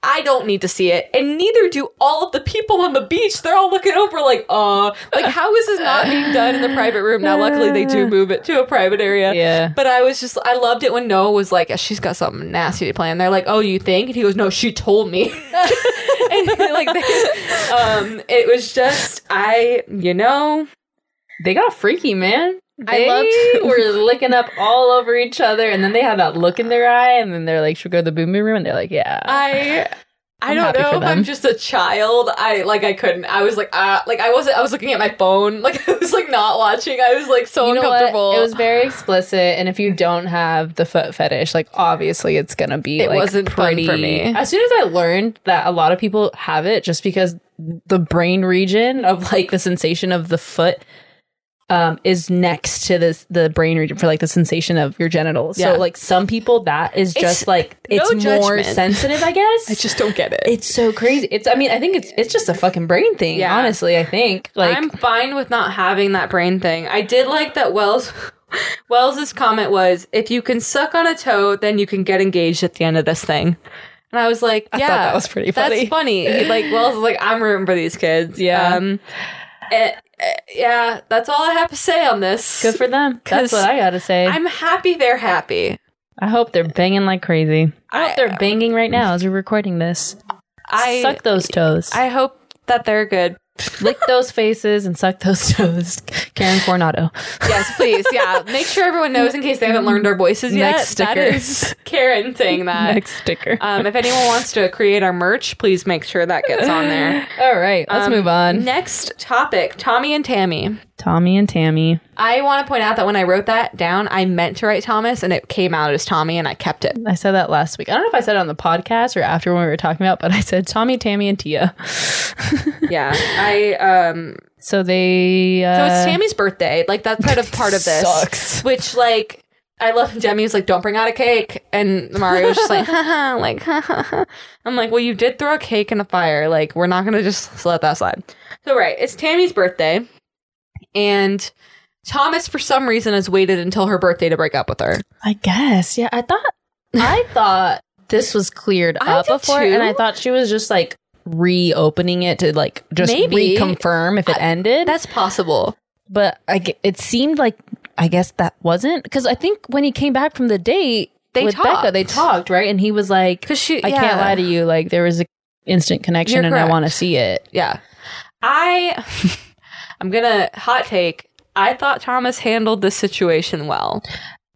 [SPEAKER 3] I don't need to see it, and neither do all of the people on the beach. They're all looking over like, uh, like how is this not being done in the private room? Now, luckily, they do move it to a private area.
[SPEAKER 2] Yeah.
[SPEAKER 3] But I was just, I loved it when Noah was like, she's got something nasty to plan. They're like, oh, you think? And he goes, no, she told me. (laughs) and like, they, um, it was just, I, you know,
[SPEAKER 2] They got freaky, man. I
[SPEAKER 3] (laughs)
[SPEAKER 2] loved we're licking up all over each other, and then they have that look in their eye, and then they're like, "Should we go to the boom boom room?" And they're like, "Yeah." (laughs)
[SPEAKER 1] I I
[SPEAKER 2] I'm
[SPEAKER 1] don't
[SPEAKER 2] happy for
[SPEAKER 1] know if
[SPEAKER 2] them.
[SPEAKER 1] I'm just a child. I like I couldn't. I was like
[SPEAKER 3] uh,
[SPEAKER 1] ah like I wasn't I was looking at my
[SPEAKER 3] (laughs)
[SPEAKER 1] phone. Like I was like not watching. I was like so
[SPEAKER 2] You know what?
[SPEAKER 1] uncomfortable.
[SPEAKER 2] It was very explicit, and if you don't have the foot fetish, like obviously it's gonna be.
[SPEAKER 1] It
[SPEAKER 2] like,
[SPEAKER 1] wasn't fun
[SPEAKER 2] pretty.
[SPEAKER 1] for me.
[SPEAKER 2] As soon as I learned that a lot of people have it, just because the brain region of like the sensation of the foot um, is next to this the brain region for like the sensation of your genitals.
[SPEAKER 1] Yeah.
[SPEAKER 2] So like some people that is
[SPEAKER 1] It's-
[SPEAKER 2] just like
[SPEAKER 1] no
[SPEAKER 2] it's more
[SPEAKER 1] judgment.
[SPEAKER 2] sensitive, (laughs) I guess.
[SPEAKER 1] I just don't get it.
[SPEAKER 2] it's so crazy. It's I mean I think it's it's just a fucking brain thing.
[SPEAKER 3] Yeah.
[SPEAKER 2] Honestly, I think like
[SPEAKER 3] I'm fine with not having that brain thing. I did like that Wells (laughs) Wells's comment was, if you can suck on a toe, then you can get engaged at the end of this thing. And I was like, yeah,
[SPEAKER 2] that was pretty funny.
[SPEAKER 3] That's funny. He, like Wells is like, I'm rooting for these kids.
[SPEAKER 2] Yeah.
[SPEAKER 3] Um, eh, eh, yeah, that's all I have to say on this.
[SPEAKER 2] good for them. That's
[SPEAKER 3] 'cause
[SPEAKER 2] what I gotta say.
[SPEAKER 3] I'm happy they're happy.
[SPEAKER 2] I hope they're banging like crazy. I hope
[SPEAKER 3] I-
[SPEAKER 2] they're banging right now as we're recording this.
[SPEAKER 3] I
[SPEAKER 2] suck those toes,
[SPEAKER 3] I hope that they're good.
[SPEAKER 2] (laughs) lick those faces, and suck those (laughs) toes. Karen
[SPEAKER 3] (laughs)
[SPEAKER 2] Coronado.
[SPEAKER 3] Yes, please. (laughs) Yeah. Make sure everyone knows in case they haven't learned our voices yet.
[SPEAKER 2] Next
[SPEAKER 3] That
[SPEAKER 2] sticker. (laughs)
[SPEAKER 3] is Karen saying that.
[SPEAKER 2] Next sticker.
[SPEAKER 3] Um, if anyone wants to create our merch, please make sure that gets on there.
[SPEAKER 2] (laughs)
[SPEAKER 3] (laughs)
[SPEAKER 2] All right, let's
[SPEAKER 3] Um,
[SPEAKER 2] move on.
[SPEAKER 3] Next topic Tommy and Tammy.
[SPEAKER 2] Tommy and Tammy.
[SPEAKER 3] I want to point out that when I wrote that down, I meant to write Thomas and it came out as Tommy and I kept it.
[SPEAKER 2] I said that last week. I don't know if I said it on the podcast or after when we were talking about, but I said Tommy, Tammy, and Tia.
[SPEAKER 3] (laughs) Yeah. I, um,
[SPEAKER 2] So they. Uh,
[SPEAKER 3] so it's Tammy's birthday. Like that's kind of part of this.
[SPEAKER 2] Sucks.
[SPEAKER 3] Which, like, I love Demi was like, don't bring out a cake. And Mario was just like, (laughs) haha, like, haha. I'm like, well, you did throw a cake in the fire. Like, we're not going to just (laughs) let that slide. So, right. It's Tammy's birthday. And Thomas, for some reason, has waited until her birthday to break up with her.
[SPEAKER 2] I guess. Yeah, I thought. I thought this was cleared
[SPEAKER 3] I
[SPEAKER 2] up
[SPEAKER 3] did
[SPEAKER 2] before,
[SPEAKER 3] too.
[SPEAKER 2] and I thought she was just like reopening it to like just
[SPEAKER 3] Maybe.
[SPEAKER 2] reconfirm if it ended.
[SPEAKER 3] That's possible.
[SPEAKER 2] but I g it seemed like I guess that wasn't because I think when he came back from the date
[SPEAKER 3] They
[SPEAKER 2] with Becca,
[SPEAKER 3] talked.
[SPEAKER 2] they talked right, and he was like,
[SPEAKER 3] Because she,
[SPEAKER 2] "I can't lie to you, like there was a instant connection,
[SPEAKER 3] You're
[SPEAKER 2] and I
[SPEAKER 3] correct.
[SPEAKER 2] want to see it."
[SPEAKER 3] Yeah. I, (laughs) I'm going to hot take. I thought Thomas handled this situation well.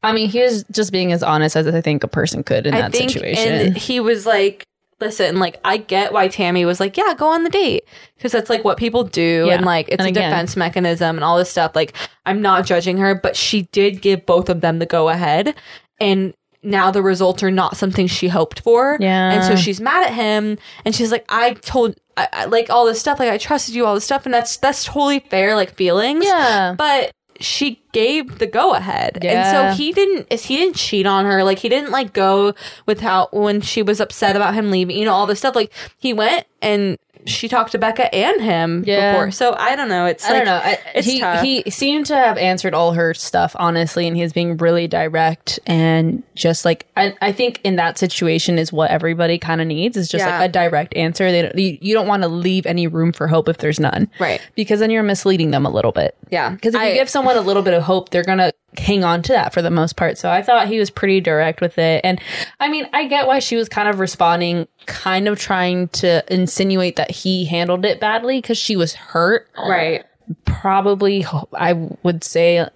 [SPEAKER 2] I mean, he was just being as honest as I think a person could in
[SPEAKER 3] I
[SPEAKER 2] that
[SPEAKER 3] think,
[SPEAKER 2] situation.
[SPEAKER 3] And he was like, listen, like, I get why Tammy was like, yeah, go on the date. Because that's like what people do.
[SPEAKER 2] Yeah.
[SPEAKER 3] And like, it's
[SPEAKER 2] And
[SPEAKER 3] a
[SPEAKER 2] again-
[SPEAKER 3] defense mechanism and all this stuff. Like, I'm not judging her, but she did give both of them the go ahead. And now the results are not something she hoped for.
[SPEAKER 2] Yeah.
[SPEAKER 3] And so she's mad at him. And she's like, I told, I, I, like, all this stuff. Like, I trusted you, all this stuff. And that's, that's totally fair, like, feelings
[SPEAKER 2] yeah,
[SPEAKER 3] but she gave the go ahead
[SPEAKER 2] Yeah.
[SPEAKER 3] and so he didn't is he didn't cheat on her like he didn't like go with how when she was upset about him leaving you know all this stuff like he went and she talked to becca and him
[SPEAKER 2] Yeah.
[SPEAKER 3] before so i don't know it's
[SPEAKER 2] I
[SPEAKER 3] like
[SPEAKER 2] don't know. I,
[SPEAKER 3] it's
[SPEAKER 2] he
[SPEAKER 3] tough.
[SPEAKER 2] he seemed to have answered all her stuff honestly, and he's being really direct and just like I, I think in that situation is what everybody kind of needs is just
[SPEAKER 3] Yeah.
[SPEAKER 2] like a direct answer. They don't, you, you don't want to leave any room for hope if there's none,
[SPEAKER 3] Right.
[SPEAKER 2] Because then you're misleading them a little bit.
[SPEAKER 3] yeah
[SPEAKER 2] Because if you
[SPEAKER 3] I-
[SPEAKER 2] give someone a little bit of hope, they're gonna hang on to that for the most part. So I thought he was pretty direct with it, and I mean, I get why she was kind of responding, kind of trying to insinuate that he handled it badly because she was hurt
[SPEAKER 3] right
[SPEAKER 2] probably I would say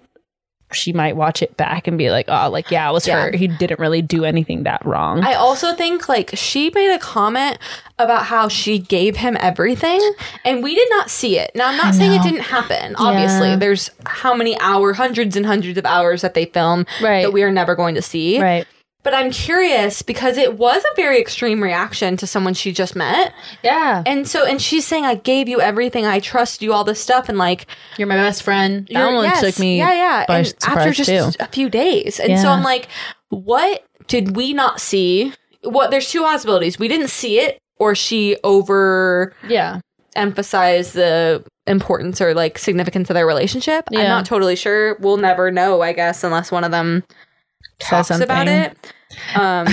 [SPEAKER 2] she might watch it back and be like, "Oh, like yeah, it was
[SPEAKER 3] Yeah.
[SPEAKER 2] her. He didn't really do anything that wrong."
[SPEAKER 3] I also think like she made a comment about how she gave him everything and we did not see it. Now I'm not saying it didn't happen. Obviously,
[SPEAKER 2] Yeah.
[SPEAKER 3] there's how many hour hundreds and hundreds of hours that they film
[SPEAKER 2] Right.
[SPEAKER 3] that we are never going to see.
[SPEAKER 2] right.
[SPEAKER 3] But I'm curious because it was a very extreme reaction to someone she just met.
[SPEAKER 2] Yeah.
[SPEAKER 3] And so, and she's saying, I gave you everything, I trust you, all this stuff. And like,
[SPEAKER 2] You're my best friend. That
[SPEAKER 3] you're-
[SPEAKER 2] one
[SPEAKER 3] yes,
[SPEAKER 2] took me.
[SPEAKER 3] Yeah, yeah.
[SPEAKER 2] by
[SPEAKER 3] and after
[SPEAKER 2] surprise,
[SPEAKER 3] just
[SPEAKER 2] too.
[SPEAKER 3] a few days. And so
[SPEAKER 2] Yeah.
[SPEAKER 3] I'm like, what did we not see? What there's two possibilities. We didn't see it, or she over
[SPEAKER 2] Yeah.
[SPEAKER 3] emphasized the importance or like significance of their relationship. I'm
[SPEAKER 2] Yeah.
[SPEAKER 3] not totally sure. We'll never know, I guess, unless one of them
[SPEAKER 2] Says
[SPEAKER 3] talks about
[SPEAKER 2] (laughs) something.
[SPEAKER 3] it. Um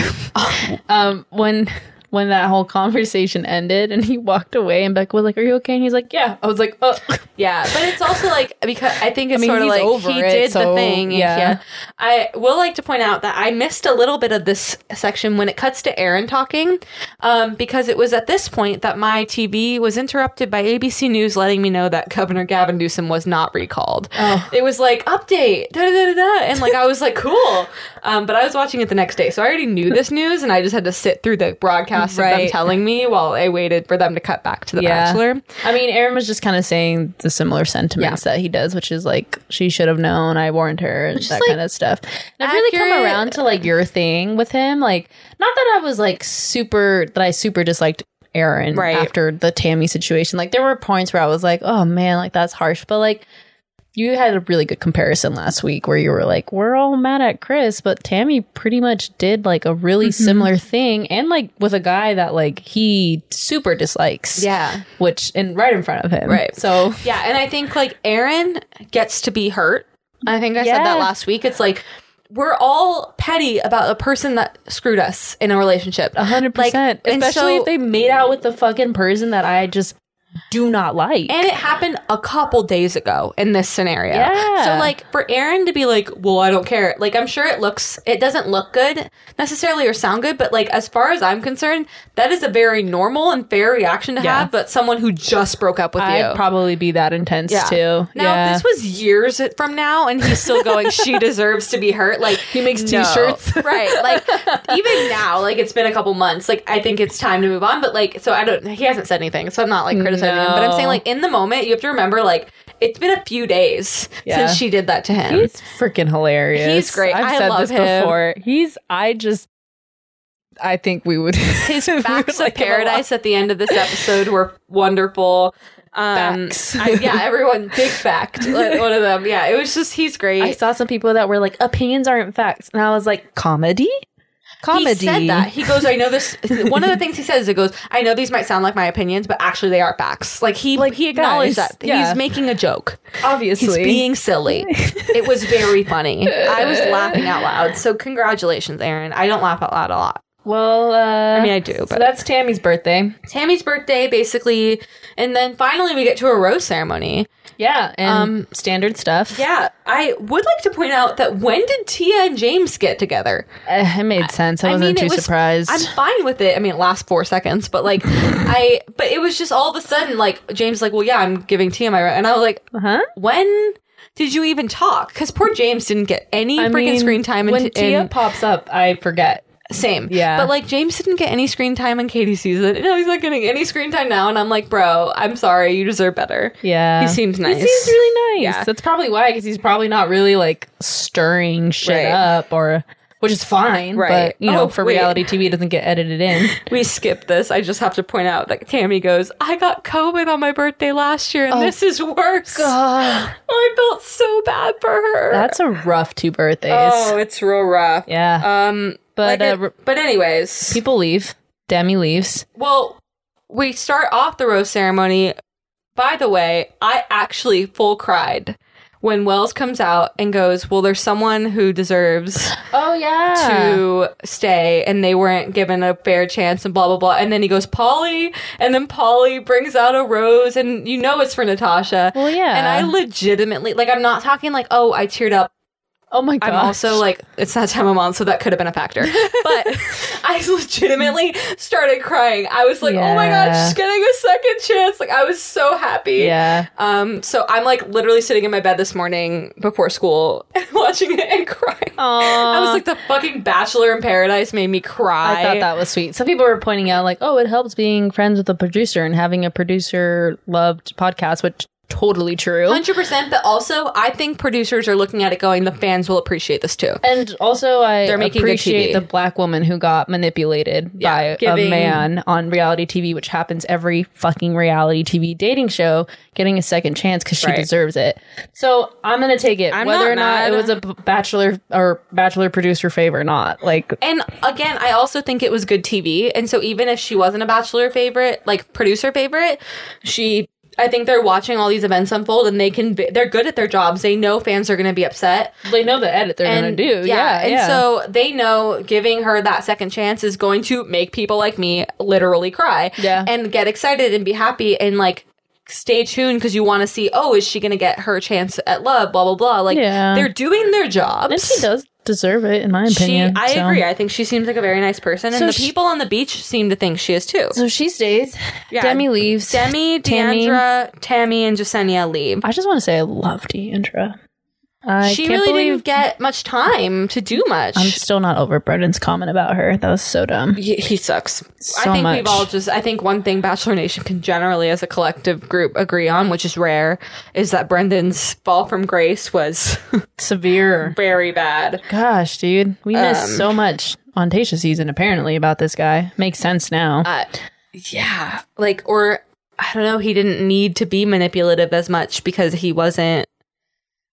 [SPEAKER 2] Um. When when that whole conversation ended and he walked away and Beck was like, Are you okay? And he's like, Yeah. I was like, Oh (laughs)
[SPEAKER 3] Yeah, but it's also like because I think it's
[SPEAKER 2] mean,
[SPEAKER 3] sort of
[SPEAKER 2] he's
[SPEAKER 3] like
[SPEAKER 2] over
[SPEAKER 3] he
[SPEAKER 2] it,
[SPEAKER 3] did the
[SPEAKER 2] so,
[SPEAKER 3] thing. and
[SPEAKER 2] yeah.
[SPEAKER 3] yeah. I will like to point out that I missed a little bit of this section when it cuts to Aaron talking, um, because it was at this point that my TV was interrupted by ABC News letting me know that Governor Gavin Newsom was not recalled.
[SPEAKER 2] Oh.
[SPEAKER 3] It was like update, da da da da, and like I was like cool, um, but I was watching it the next day, so I already knew this news, and I just had to sit through the broadcast of them
[SPEAKER 2] Right.
[SPEAKER 3] telling me while I waited for them to cut back to The
[SPEAKER 2] Yeah.
[SPEAKER 3] Bachelor.
[SPEAKER 2] I mean, Aaron was just kind of saying the similar sentiments that he does, which is like, she should have known, I warned her, and that
[SPEAKER 1] like,
[SPEAKER 2] kind of stuff. And I've really come
[SPEAKER 3] accurate.
[SPEAKER 2] around to like your thing with him. Like, not that I was like super, that I super disliked Aaron
[SPEAKER 3] Right.
[SPEAKER 2] after the Tammy situation. Like, there were points where I was like, oh man, like that's harsh. But like, you had a really good comparison last week where you were like, we're all mad at Chris, but Tammy pretty much did like a really
[SPEAKER 3] Mm-hmm.
[SPEAKER 2] similar thing and like with a guy that like he super dislikes
[SPEAKER 3] Yeah.
[SPEAKER 2] which and right in front of him.
[SPEAKER 3] Right.
[SPEAKER 2] So
[SPEAKER 3] Yeah, and I think like Aaron gets to be hurt. I think I said
[SPEAKER 2] Yeah.
[SPEAKER 3] that last week. It's like we're all petty about the person that screwed us in a relationship.
[SPEAKER 2] hundred percent.
[SPEAKER 3] and
[SPEAKER 2] Especially
[SPEAKER 3] so-
[SPEAKER 2] if they made out with the fucking person that I just do not like.
[SPEAKER 3] And it happened a couple days ago in this scenario.
[SPEAKER 2] Yeah.
[SPEAKER 3] So like for Aaron to be like, "Well, I don't care." Like I'm sure it looks it doesn't look good necessarily or sound good, but like as far as I'm concerned, that is a very normal and fair reaction to
[SPEAKER 2] Yeah.
[SPEAKER 3] have, but someone who just broke up with you.
[SPEAKER 2] I'd probably be that intense too.
[SPEAKER 3] Now, if this was years from now, and he's still
[SPEAKER 2] (laughs)
[SPEAKER 3] going. she deserves to be hurt. Like he
[SPEAKER 2] makes t-shirts.
[SPEAKER 3] (laughs) right? Like even now, like it's been a couple months. Like I think it's time to move on. But like, so I don't. He hasn't said anything, so I'm not like criticizing him. But I'm saying
[SPEAKER 2] No.
[SPEAKER 3] like in the moment, you have to remember like it's been a few days
[SPEAKER 2] Yeah.
[SPEAKER 3] since she did that to him.
[SPEAKER 2] he's freaking hilarious.
[SPEAKER 3] He's great.
[SPEAKER 2] I've
[SPEAKER 3] I
[SPEAKER 2] said
[SPEAKER 3] love
[SPEAKER 2] this
[SPEAKER 3] him.
[SPEAKER 2] before. He's I just I think we would
[SPEAKER 3] (laughs)
[SPEAKER 2] (laughs)
[SPEAKER 3] His
[SPEAKER 2] we would
[SPEAKER 3] facts
[SPEAKER 2] like
[SPEAKER 3] of
[SPEAKER 2] him a lot.
[SPEAKER 3] paradise at the end of this episode were wonderful. Um,
[SPEAKER 2] Facts.
[SPEAKER 3] I- yeah, everyone
[SPEAKER 2] (laughs)
[SPEAKER 3] big fact. Like, one of them. Yeah, it was just he's great.
[SPEAKER 2] I saw some people that were like opinions aren't facts, and I was like comedy, comedy.
[SPEAKER 3] He said that. He goes, I know
[SPEAKER 2] (laughs)
[SPEAKER 3] this. One of the things he says is, it goes, I know these might sound like my opinions, but actually they are facts. Like he, like he acknowledged
[SPEAKER 2] guys,
[SPEAKER 3] that.
[SPEAKER 2] yeah.
[SPEAKER 3] He's making a joke.
[SPEAKER 2] obviously
[SPEAKER 3] He's being silly. it was very funny. I was laughing out loud. So congratulations, Aaron. I don't laugh out loud a lot.
[SPEAKER 2] well. Uh,
[SPEAKER 3] I mean, I do, but-
[SPEAKER 2] so that's Tammy's birthday.
[SPEAKER 3] Tammy's birthday, basically, and then finally we get to a rose ceremony.
[SPEAKER 2] Yeah, and Um, standard stuff.
[SPEAKER 3] Yeah, I would like to point out that when did Tia and James get together?
[SPEAKER 2] Uh, (laughs) it made sense. I,
[SPEAKER 3] I
[SPEAKER 2] wasn't
[SPEAKER 3] mean, it
[SPEAKER 2] too
[SPEAKER 3] was-
[SPEAKER 2] surprised.
[SPEAKER 3] I'm fine with it. I mean, it lasts four seconds,
[SPEAKER 2] (laughs)
[SPEAKER 3] but like, I, but it was just all of a sudden, like, James, like, well, yeah, I'm giving Tia my, ro-" and I was like,
[SPEAKER 2] huh?
[SPEAKER 3] when did you even talk? Because poor James didn't get any freaking screen time.
[SPEAKER 2] when
[SPEAKER 3] in,
[SPEAKER 2] Tia
[SPEAKER 3] in-
[SPEAKER 2] pops up, I forget.
[SPEAKER 3] same,
[SPEAKER 2] Yeah.
[SPEAKER 3] But like, James didn't get any screen time in Katie season. No, (laughs) he's not getting any screen time now, and I'm like, bro, I'm sorry, you deserve better.
[SPEAKER 2] Yeah,
[SPEAKER 3] He seemed nice.
[SPEAKER 2] He seems really nice.
[SPEAKER 3] Yeah.
[SPEAKER 2] That's probably why, because he's probably not really like stirring shit
[SPEAKER 3] Right.
[SPEAKER 2] up or. Which is fine, but
[SPEAKER 3] Right.
[SPEAKER 2] you know,
[SPEAKER 3] Oh,
[SPEAKER 2] for
[SPEAKER 3] wait.
[SPEAKER 2] reality TV, it doesn't get edited (laughs) in.
[SPEAKER 3] We skipped this. I just have to point out that Tammy goes, I got COVID on my birthday last year,
[SPEAKER 2] Oh,
[SPEAKER 3] and this is worse. I felt so bad for her.
[SPEAKER 2] That's a rough two birthdays.
[SPEAKER 3] Oh, it's real rough.
[SPEAKER 2] yeah,
[SPEAKER 3] Um,
[SPEAKER 2] but
[SPEAKER 3] but
[SPEAKER 2] uh, r-
[SPEAKER 3] but anyways,
[SPEAKER 2] people leave. Demi leaves.
[SPEAKER 3] well, we start off the rose ceremony. By the way, I actually full cried when Wells comes out and goes, "Well, there's someone who deserves
[SPEAKER 2] (laughs) Oh yeah,
[SPEAKER 3] to stay, and they weren't given a fair chance," and blah blah blah. And then he goes, "Polly," and then Polly brings out a rose, and you know it's for Natasha.
[SPEAKER 2] Well, yeah.
[SPEAKER 3] and I legitimately like I'm not talking like, "Oh, I teared up."
[SPEAKER 2] oh my god.
[SPEAKER 3] I'm also like, it's that time of month, so that could have been
[SPEAKER 2] (laughs)
[SPEAKER 3] a factor. But I legitimately started crying. I was like, oh my god,
[SPEAKER 2] Yeah.
[SPEAKER 3] she's getting a second chance. Like I was so happy.
[SPEAKER 2] yeah.
[SPEAKER 3] Um, so I'm like literally sitting in my bed this morning before school (laughs) and watching it and crying. I was like, the fucking Bachelor in Paradise made me cry.
[SPEAKER 2] I thought that was sweet. Some people were pointing out, like, oh, it helps being friends with a producer and having a producer loved podcast, which totally true.
[SPEAKER 3] 100%, but also I think producers are looking at it going, the fans will appreciate this too.
[SPEAKER 2] And also, I
[SPEAKER 3] They're making good
[SPEAKER 2] appreciate
[SPEAKER 3] TV.
[SPEAKER 2] the black woman who got manipulated
[SPEAKER 3] Yeah,
[SPEAKER 2] by
[SPEAKER 3] giving-
[SPEAKER 2] a man on reality TV, which happens every fucking reality TV dating show, getting a second chance because she
[SPEAKER 3] Right.
[SPEAKER 2] deserves it. So I'm gonna take it,
[SPEAKER 3] I'm
[SPEAKER 2] whether
[SPEAKER 3] not
[SPEAKER 2] or not
[SPEAKER 3] mad.
[SPEAKER 2] it was a b- bachelor or bachelor producer favor or not. Like,
[SPEAKER 3] And again, I also think it was good TV. And so even if she wasn't a bachelor favorite, like producer favorite, she I think they're watching all these events unfold, and they can. Be, they're good at their jobs. They know fans are going to be upset.
[SPEAKER 2] They know the edit they're
[SPEAKER 3] And
[SPEAKER 2] gonna do. Yeah,
[SPEAKER 3] and so they know giving her that second chance is going to make people like me literally cry.
[SPEAKER 2] Yeah.
[SPEAKER 3] and get excited and be happy and like stay tuned because you want to see. Oh, is she going to get her chance at love? Blah blah blah. Like
[SPEAKER 2] Yeah.
[SPEAKER 3] they're doing their jobs.
[SPEAKER 2] and she does deserve it, in my opinion.
[SPEAKER 3] She, I
[SPEAKER 2] so.
[SPEAKER 3] agree. I think she seems like a very nice person, and
[SPEAKER 2] So
[SPEAKER 3] the
[SPEAKER 2] she-
[SPEAKER 3] people on the beach seem to think she is too.
[SPEAKER 2] So she stays. Demi leaves.
[SPEAKER 3] Demi,
[SPEAKER 2] Tammy.
[SPEAKER 3] Deandra, Tammy, and Jasenia leave.
[SPEAKER 2] I just want to say I love Deandra. I
[SPEAKER 3] she
[SPEAKER 2] can't
[SPEAKER 3] really
[SPEAKER 2] believe
[SPEAKER 3] didn't get much time to do much.
[SPEAKER 2] I'm still not over Brendan's comment about her. That was so dumb.
[SPEAKER 3] he, he sucks.
[SPEAKER 2] So
[SPEAKER 3] I think
[SPEAKER 2] much.
[SPEAKER 3] we've all just. I think one thing Bachelor Nation can generally, as a collective group, agree on, which is rare, is that Brendan's fall from grace was (laughs)
[SPEAKER 2] Severe.
[SPEAKER 3] very bad.
[SPEAKER 2] Gosh, dude, we missed
[SPEAKER 3] Um,
[SPEAKER 2] so much on Tasha season apparently about this guy. Makes sense now.
[SPEAKER 3] Uh, yeah, like or I don't know. He didn't need to be manipulative as much because he wasn't.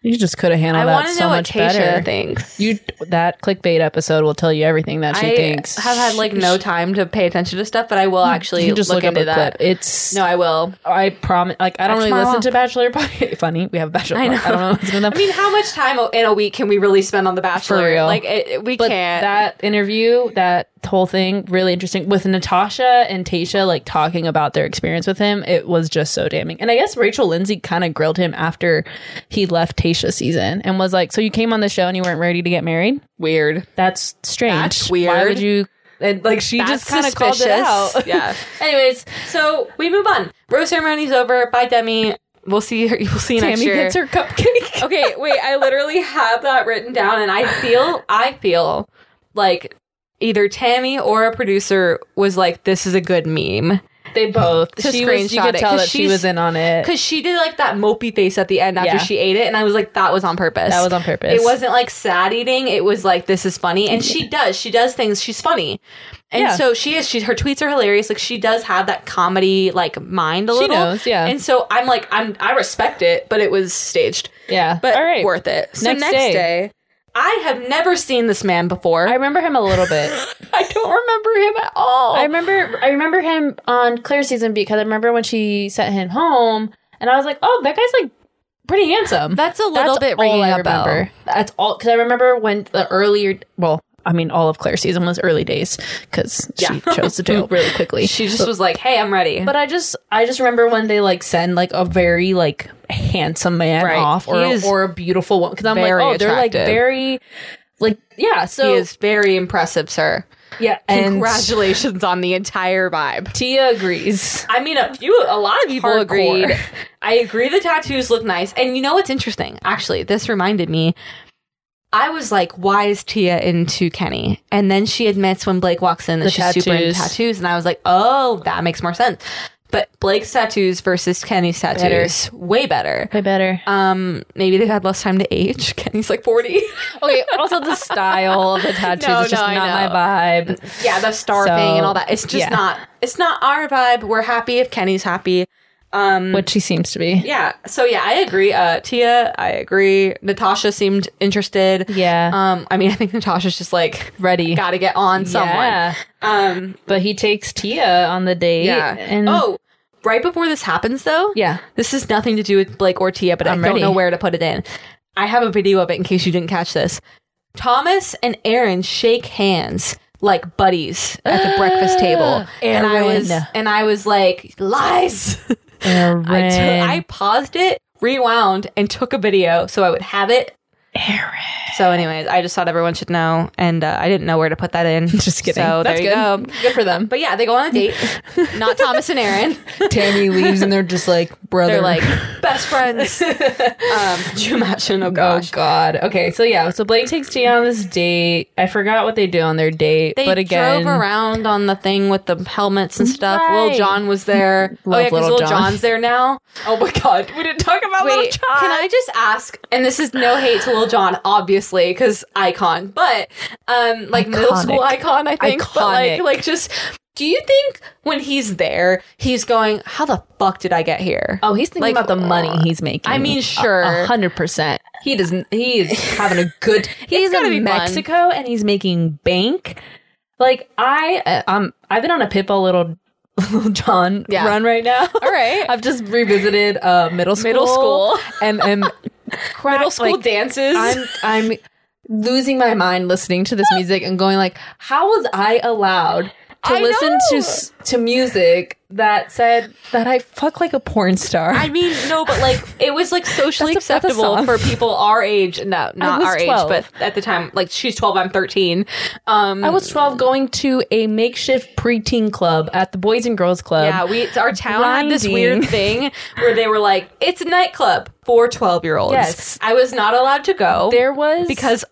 [SPEAKER 2] you just could have handled
[SPEAKER 3] I want
[SPEAKER 2] that
[SPEAKER 3] to
[SPEAKER 2] Oh, so
[SPEAKER 3] know what
[SPEAKER 2] much
[SPEAKER 3] Tasha
[SPEAKER 2] better.
[SPEAKER 3] thinks.
[SPEAKER 2] You that clickbait episode will tell you everything that she
[SPEAKER 3] I
[SPEAKER 2] thinks.
[SPEAKER 3] have had like no time to pay attention to stuff, but I will actually
[SPEAKER 2] You just
[SPEAKER 3] look,
[SPEAKER 2] look, up
[SPEAKER 3] into
[SPEAKER 2] a
[SPEAKER 3] that.
[SPEAKER 2] clip. It's
[SPEAKER 3] No, I will.
[SPEAKER 2] I promise. Like I don't really
[SPEAKER 3] That's my
[SPEAKER 2] listen
[SPEAKER 3] law.
[SPEAKER 2] to Bachelor podcast. (laughs) Funny, we have a Bachelor.
[SPEAKER 3] I
[SPEAKER 2] I,
[SPEAKER 3] know.
[SPEAKER 2] I don't know
[SPEAKER 3] (laughs)
[SPEAKER 2] what's going on.
[SPEAKER 3] I mean, how much time o- in a week can we really spend on The Bachelor?
[SPEAKER 2] real.
[SPEAKER 3] Like, it, it- we
[SPEAKER 2] but
[SPEAKER 3] can't.
[SPEAKER 2] that interview, that whole thing, really interesting with Natasha and Tasha, like talking about their experience with him. It was just so damning. And I guess Rachel Lindsay kind of grilled him after he left Tasha season and was like, "So you came on the show and you weren't ready to get married?
[SPEAKER 3] weird.
[SPEAKER 2] That's strange.
[SPEAKER 3] That's
[SPEAKER 2] Why
[SPEAKER 3] weird.
[SPEAKER 2] would you?" And like she
[SPEAKER 3] That's
[SPEAKER 2] just kind of called it out.
[SPEAKER 3] (laughs) yeah.
[SPEAKER 2] Anyways,
[SPEAKER 3] So we move on. Rose ceremony's over. Bye, Demi. We'll see. Her, (laughs) we'll see you next
[SPEAKER 2] Tammy
[SPEAKER 3] year.
[SPEAKER 2] gets her cupcake.
[SPEAKER 3] (laughs) okay, wait. I literally have that written down, and I feel. I feel like either Tammy or a producer was like, "This is a good meme."
[SPEAKER 2] They both.
[SPEAKER 3] To
[SPEAKER 2] She was. You
[SPEAKER 3] screenshot
[SPEAKER 2] could
[SPEAKER 3] it,
[SPEAKER 2] tell
[SPEAKER 3] 'cause
[SPEAKER 2] that she
[SPEAKER 3] she's-
[SPEAKER 2] was in on it.
[SPEAKER 3] Because she did like that mopey face at the end after
[SPEAKER 2] Yeah.
[SPEAKER 3] she ate it, and I was like, that was on purpose.
[SPEAKER 2] That was on purpose.
[SPEAKER 3] It wasn't like sad eating. It was like this is funny, and she does. She does things. She's funny, and
[SPEAKER 2] Yeah.
[SPEAKER 3] so she is. She her tweets are hilarious. Like she does have that comedy like mind a
[SPEAKER 2] She
[SPEAKER 3] little.
[SPEAKER 2] knows, yeah.
[SPEAKER 3] And so I'm like I'm I respect it, but it was staged,
[SPEAKER 2] Yeah.
[SPEAKER 3] but
[SPEAKER 2] All right.
[SPEAKER 3] worth it. So
[SPEAKER 2] Next
[SPEAKER 3] next,
[SPEAKER 2] day.
[SPEAKER 3] day. I have never seen this man before.
[SPEAKER 2] I
[SPEAKER 3] (laughs) I,
[SPEAKER 2] remember him a little bit.
[SPEAKER 3] don't remember him at all.
[SPEAKER 2] I remember I remember him on Claire's season because I remember when she sent him home and I was like, "Oh, that guy's like pretty handsome."
[SPEAKER 3] That's a little bit
[SPEAKER 2] all
[SPEAKER 3] ringing
[SPEAKER 2] I
[SPEAKER 3] a bell.
[SPEAKER 2] remember. That's all cuz I remember when the earlier well, I mean all of Claire's season was early days cuz she
[SPEAKER 3] Yeah.
[SPEAKER 2] chose the (laughs) jail really quickly.
[SPEAKER 3] she just was like, "Hey, I'm ready."
[SPEAKER 2] but I just I just remember when they like send like a very like handsome man
[SPEAKER 3] Right.
[SPEAKER 2] off or
[SPEAKER 3] He is
[SPEAKER 2] or a beautiful one cuz I'm like,
[SPEAKER 3] very
[SPEAKER 2] "Oh, they're like
[SPEAKER 3] attractive.
[SPEAKER 2] very like yeah, so
[SPEAKER 3] he is very impressive, sir.
[SPEAKER 2] yeah, and
[SPEAKER 3] Congratulations on the entire vibe.
[SPEAKER 2] Tia agrees.
[SPEAKER 3] I mean, a few, a lot of people
[SPEAKER 2] Hardcore.
[SPEAKER 3] agreed. I agree the tattoos look nice. And you know what's interesting? Actually, this reminded me. I was like, why is Tia into Kenny? And then she admits when Blake walks in that
[SPEAKER 2] The
[SPEAKER 3] she's super into
[SPEAKER 2] tattoos.
[SPEAKER 3] tattoos. And I was like, oh, that makes more sense. But Blake's tattoos versus Kenny's tattoos, way better.
[SPEAKER 2] Way (laughs) better.
[SPEAKER 3] Um, maybe they've had less time to age. (laughs) Kenny's like 40.
[SPEAKER 2] Okay, also the style of (laughs) the tattoos
[SPEAKER 3] No,
[SPEAKER 2] is just
[SPEAKER 3] no, I
[SPEAKER 2] not
[SPEAKER 3] know.
[SPEAKER 2] my vibe.
[SPEAKER 3] yeah, the star
[SPEAKER 2] So,
[SPEAKER 3] thing and all that. It's just
[SPEAKER 2] yeah.
[SPEAKER 3] not. It's not our vibe. We're happy if Kenny's happy. Um,
[SPEAKER 2] Which she seems to be.
[SPEAKER 3] yeah. So yeah, I agree. Uh, Tia, I agree. Natasha seemed interested.
[SPEAKER 2] Yeah.
[SPEAKER 3] Um, I mean, I think Natasha's just like
[SPEAKER 2] Ready.
[SPEAKER 3] got to get on someone.
[SPEAKER 2] Yeah.
[SPEAKER 3] Um,
[SPEAKER 2] But he takes Tia on the date.
[SPEAKER 3] yeah.
[SPEAKER 2] And
[SPEAKER 3] oh, right before this happens though.
[SPEAKER 2] yeah.
[SPEAKER 3] This has nothing to do with Blake or Tia, but I'm I
[SPEAKER 2] I'm
[SPEAKER 3] do
[SPEAKER 2] ready.
[SPEAKER 3] not know where to put it in. I have a video of it in case you didn't catch this. Thomas and Aaron shake hands like buddies at
[SPEAKER 2] (gasps)
[SPEAKER 3] the breakfast table. And I was
[SPEAKER 2] Aaron.
[SPEAKER 3] and I was like, lies. (laughs)
[SPEAKER 2] Aaron.
[SPEAKER 3] I, took- (laughs) I paused it, rewound, and took a video so I would have it.
[SPEAKER 2] Aaron.
[SPEAKER 3] So, anyways, I just thought everyone should know, and uh, I didn't know where to put that
[SPEAKER 2] (laughs)
[SPEAKER 3] in.
[SPEAKER 2] Just kidding.
[SPEAKER 3] So
[SPEAKER 2] That's
[SPEAKER 3] there you
[SPEAKER 2] good.
[SPEAKER 3] go.
[SPEAKER 2] Good for them.
[SPEAKER 3] But yeah, they go on
[SPEAKER 2] (laughs)
[SPEAKER 3] a date. Not Thomas and Aaron.
[SPEAKER 2] Tammy leaves and they're just like, brother. oh
[SPEAKER 3] They're like
[SPEAKER 2] (laughs)
[SPEAKER 3] best friends. um, could you imagine? Oh gosh.
[SPEAKER 2] Oh God. Okay. So yeah. So Blake takes Tia on this date. I forgot what they do on their date.
[SPEAKER 3] They
[SPEAKER 2] but again,
[SPEAKER 3] drove around on the thing with the helmets and stuff.
[SPEAKER 2] Right.
[SPEAKER 3] Lil John
[SPEAKER 2] (laughs)
[SPEAKER 3] was there. oh
[SPEAKER 2] Love
[SPEAKER 3] yeah, because
[SPEAKER 2] Lil
[SPEAKER 3] Lil
[SPEAKER 2] Jon.
[SPEAKER 3] John's there now.
[SPEAKER 2] Oh my God. We didn't talk about
[SPEAKER 3] Wait, can I just ask? And this is no hate to Lil John, obviously, because icon, but um, like middle
[SPEAKER 2] Iconic.
[SPEAKER 3] school icon, I think.
[SPEAKER 2] Iconic.
[SPEAKER 3] But like, like just, do you think when he's there, he's going, "How the fuck did I get here?"
[SPEAKER 2] Oh, he's thinking
[SPEAKER 3] Like,
[SPEAKER 2] about the money he's making.
[SPEAKER 3] I mean,
[SPEAKER 2] A-
[SPEAKER 3] sure.
[SPEAKER 2] a hundred percent. He doesn't. He is
[SPEAKER 3] (laughs)
[SPEAKER 2] having a good. He's
[SPEAKER 3] gotta be
[SPEAKER 2] in
[SPEAKER 3] fun.
[SPEAKER 2] Mexico and he's making bank. Like I, uh, um, I've been on a pitbull little (laughs) John
[SPEAKER 4] Yeah.
[SPEAKER 2] run right now.
[SPEAKER 4] All right.
[SPEAKER 2] I've just revisited uh, middle school,
[SPEAKER 4] Middle school.
[SPEAKER 2] and and
[SPEAKER 5] Middle school
[SPEAKER 2] like,
[SPEAKER 5] dances.
[SPEAKER 2] I'm I'm losing my mind listening to this music and going like, how was I allowed to
[SPEAKER 4] I
[SPEAKER 2] listen to
[SPEAKER 4] know.
[SPEAKER 2] s- to music that said that I fuck like a porn star?
[SPEAKER 3] I mean, no, but like it was like socially
[SPEAKER 2] That's a- that's a
[SPEAKER 3] acceptable
[SPEAKER 2] song.
[SPEAKER 3] for people our age. No, not
[SPEAKER 4] was
[SPEAKER 3] our
[SPEAKER 4] 12.
[SPEAKER 3] age, but at the time, like she's twelve, I'm thirteen. Um,
[SPEAKER 2] I was 12 going to a makeshift preteen club at the Boys and Girls Club.
[SPEAKER 3] yeah, we our town had this
[SPEAKER 2] Blinding.
[SPEAKER 3] weird thing where they were like, it's a nightclub for twelve year olds.
[SPEAKER 2] Yes.
[SPEAKER 3] I was not allowed to go
[SPEAKER 2] There was
[SPEAKER 3] because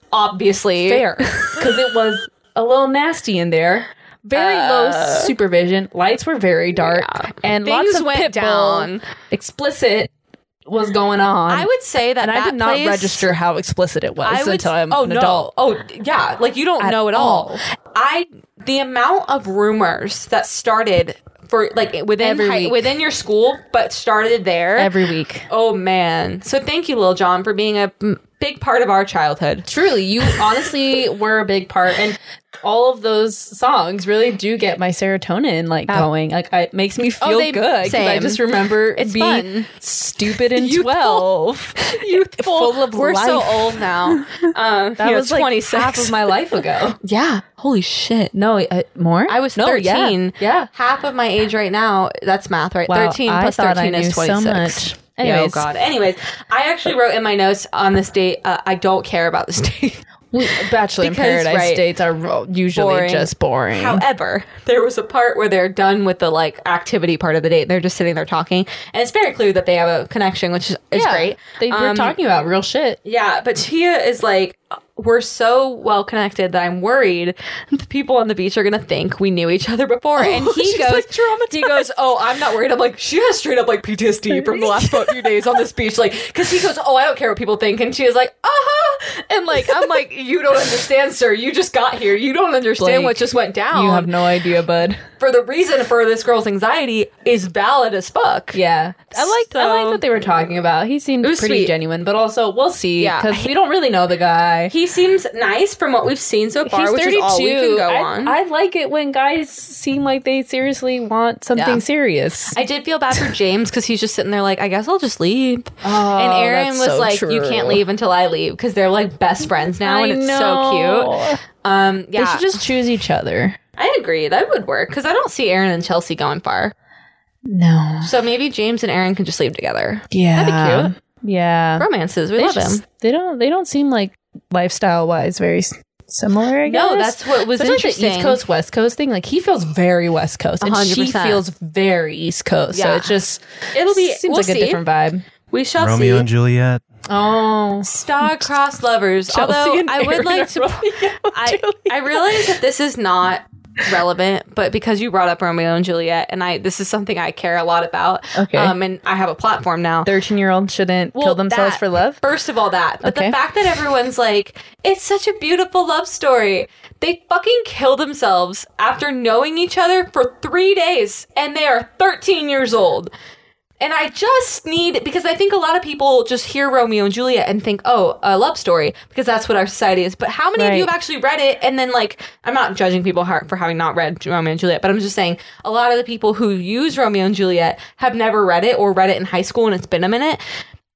[SPEAKER 2] (laughs)
[SPEAKER 3] obviously
[SPEAKER 2] fair because it was a little nasty in there. Uh, Very low supervision. Lights were very dark, and
[SPEAKER 3] Things
[SPEAKER 2] lots of
[SPEAKER 3] went
[SPEAKER 2] pit bull
[SPEAKER 3] down.
[SPEAKER 2] Explicit was going on.
[SPEAKER 3] I would say that
[SPEAKER 2] and I
[SPEAKER 3] that
[SPEAKER 2] did not
[SPEAKER 3] place-
[SPEAKER 2] register how explicit it was
[SPEAKER 3] I would,
[SPEAKER 2] until I'm
[SPEAKER 3] oh,
[SPEAKER 2] an
[SPEAKER 3] no.
[SPEAKER 2] adult.
[SPEAKER 3] Oh yeah, like you don't
[SPEAKER 2] At
[SPEAKER 3] know at
[SPEAKER 2] all.
[SPEAKER 3] all. I the amount of rumors that started for like within
[SPEAKER 2] Every
[SPEAKER 3] high,
[SPEAKER 2] week.
[SPEAKER 3] within your school, but started there.
[SPEAKER 2] Every week,
[SPEAKER 3] oh man! So thank you, Lil John, for being a mm, big part of our childhood.
[SPEAKER 2] truly, you honestly were a big part, and all of those songs really do get my serotonin like going. Like I, it makes me feel
[SPEAKER 3] they-
[SPEAKER 2] good because I
[SPEAKER 3] same.
[SPEAKER 2] just remember
[SPEAKER 3] It's
[SPEAKER 2] being
[SPEAKER 3] fun.
[SPEAKER 2] stupid (laughs) and
[SPEAKER 3] Youthful.
[SPEAKER 2] twelve.
[SPEAKER 3] Youthful,
[SPEAKER 2] Full of
[SPEAKER 3] we're so
[SPEAKER 2] life.
[SPEAKER 3] old now. (laughs) Um,
[SPEAKER 2] That was like half of my life ago.
[SPEAKER 3] yeah, holy shit.
[SPEAKER 2] (laughs) No, uh, more.
[SPEAKER 3] I was
[SPEAKER 2] no, yeah,
[SPEAKER 3] 13.
[SPEAKER 2] Yeah.
[SPEAKER 3] Half of my age right now, that's math, right?
[SPEAKER 2] Wow,
[SPEAKER 3] 13
[SPEAKER 2] I
[SPEAKER 3] plus
[SPEAKER 2] thought I
[SPEAKER 3] 13
[SPEAKER 2] knew
[SPEAKER 3] is
[SPEAKER 2] so
[SPEAKER 3] 26.
[SPEAKER 2] much.
[SPEAKER 3] Yeah,
[SPEAKER 2] Anyways.
[SPEAKER 3] oh, God. Anyways, I actually wrote in my notes on this date, uh, I don't care about this (laughs) date.
[SPEAKER 2] We- Bachelor in
[SPEAKER 3] Because,
[SPEAKER 2] Paradise
[SPEAKER 3] right,
[SPEAKER 2] dates are ro- usually
[SPEAKER 3] boring.
[SPEAKER 2] just boring.
[SPEAKER 3] However, there was a part where they're done with the like activity part of the date. They're just sitting there talking. And it's very clear that they have a connection, which is, is great.
[SPEAKER 2] They were
[SPEAKER 3] Um,
[SPEAKER 2] talking about real shit.
[SPEAKER 3] Yeah, but Tia is like, we're so well connected that I'm worried the people on the beach are gonna think we knew each other
[SPEAKER 2] (laughs)
[SPEAKER 3] before. And he
[SPEAKER 2] She's,
[SPEAKER 3] goes,
[SPEAKER 2] like, traumatized.
[SPEAKER 3] he goes, oh, I'm not worried. I'm like, she has straight up like PTSD from the last few
[SPEAKER 2] (laughs)
[SPEAKER 3] days on this beach, like, because he goes, oh, I don't care what people think, and she is like, uh huh, and like, I'm like, you don't understand, sir. You just got here. You don't understand
[SPEAKER 2] Blake,
[SPEAKER 3] what just went down.
[SPEAKER 2] You have no idea, bud.
[SPEAKER 3] for the reason for this girl's anxiety is valid as fuck.
[SPEAKER 2] Yeah, I liked I liked
[SPEAKER 3] So-
[SPEAKER 2] what they were talking about. He seemed
[SPEAKER 3] was
[SPEAKER 2] pretty
[SPEAKER 3] sweet.
[SPEAKER 2] genuine, but also we'll see
[SPEAKER 3] Yeah.
[SPEAKER 2] because we don't really know the guy.
[SPEAKER 3] He seems nice from what we've seen so far, which is all we can go
[SPEAKER 2] I,
[SPEAKER 3] on.
[SPEAKER 2] I like it when guys seem like they seriously want something
[SPEAKER 3] Yeah.
[SPEAKER 2] serious.
[SPEAKER 3] I did feel bad for James because he's just sitting there like, I guess I'll just leave.
[SPEAKER 2] Oh,
[SPEAKER 3] and Aaron
[SPEAKER 2] that's
[SPEAKER 3] was
[SPEAKER 2] so
[SPEAKER 3] like, you
[SPEAKER 2] true.
[SPEAKER 3] can't leave until I leave because they're like best friends now, and it's so cute. Um,
[SPEAKER 2] They
[SPEAKER 3] yeah,
[SPEAKER 2] should just choose each other.
[SPEAKER 3] I agree that would work because I don't see Aaron and Chelsea going far.
[SPEAKER 2] No.
[SPEAKER 3] So maybe James and Aaron can just leave together.
[SPEAKER 2] Yeah.
[SPEAKER 3] That'd
[SPEAKER 2] Yeah.
[SPEAKER 3] Romances, we
[SPEAKER 2] they,
[SPEAKER 3] love
[SPEAKER 2] just-
[SPEAKER 3] him.
[SPEAKER 2] they don't. They don't seem like lifestyle wise very s- similar. I guess.
[SPEAKER 3] No, that's what was
[SPEAKER 2] That's like the
[SPEAKER 3] interesting.
[SPEAKER 2] East Coast West Coast thing. Like he feels very West Coast, and she
[SPEAKER 3] 100%.
[SPEAKER 2] feels very East Coast. So
[SPEAKER 3] Yeah.
[SPEAKER 2] it just
[SPEAKER 3] It'll be
[SPEAKER 2] seems
[SPEAKER 3] we'll
[SPEAKER 2] like
[SPEAKER 3] see.
[SPEAKER 2] a different vibe.
[SPEAKER 3] We shall
[SPEAKER 6] Romeo and
[SPEAKER 3] see.
[SPEAKER 6] Juliet.
[SPEAKER 2] Oh,
[SPEAKER 3] Star-crossed lovers.
[SPEAKER 2] (laughs) Chelsea
[SPEAKER 3] Although
[SPEAKER 2] and
[SPEAKER 3] I would
[SPEAKER 2] Aaron
[SPEAKER 3] like to,
[SPEAKER 2] are Romeo (laughs) and
[SPEAKER 3] (laughs) I
[SPEAKER 2] Juliet.
[SPEAKER 3] I realize that this is not relevant, but because you brought up Romeo and Juliet, and I this is something I care a lot about.
[SPEAKER 2] Okay.
[SPEAKER 3] Um, and I have a platform now.
[SPEAKER 2] thirteen-year-old shouldn't
[SPEAKER 3] Well,
[SPEAKER 2] kill themselves
[SPEAKER 3] that-
[SPEAKER 2] for love.
[SPEAKER 3] First of all, that, but
[SPEAKER 2] Okay.
[SPEAKER 3] the fact that everyone's like, it's such a beautiful love story. They fucking kill themselves after knowing each other for three days, and they are 13 years old. And I just need because I think a lot of people just hear Romeo and Juliet and think, "Oh, a love story," because that's what our society is. But how many of you
[SPEAKER 2] Right.
[SPEAKER 3] have actually read it? And then, like, I'm not judging people har- for having not read Romeo and Juliet, but I'm just saying a lot of the people who use Romeo and Juliet have never read it or read it in high school, and it's been a minute.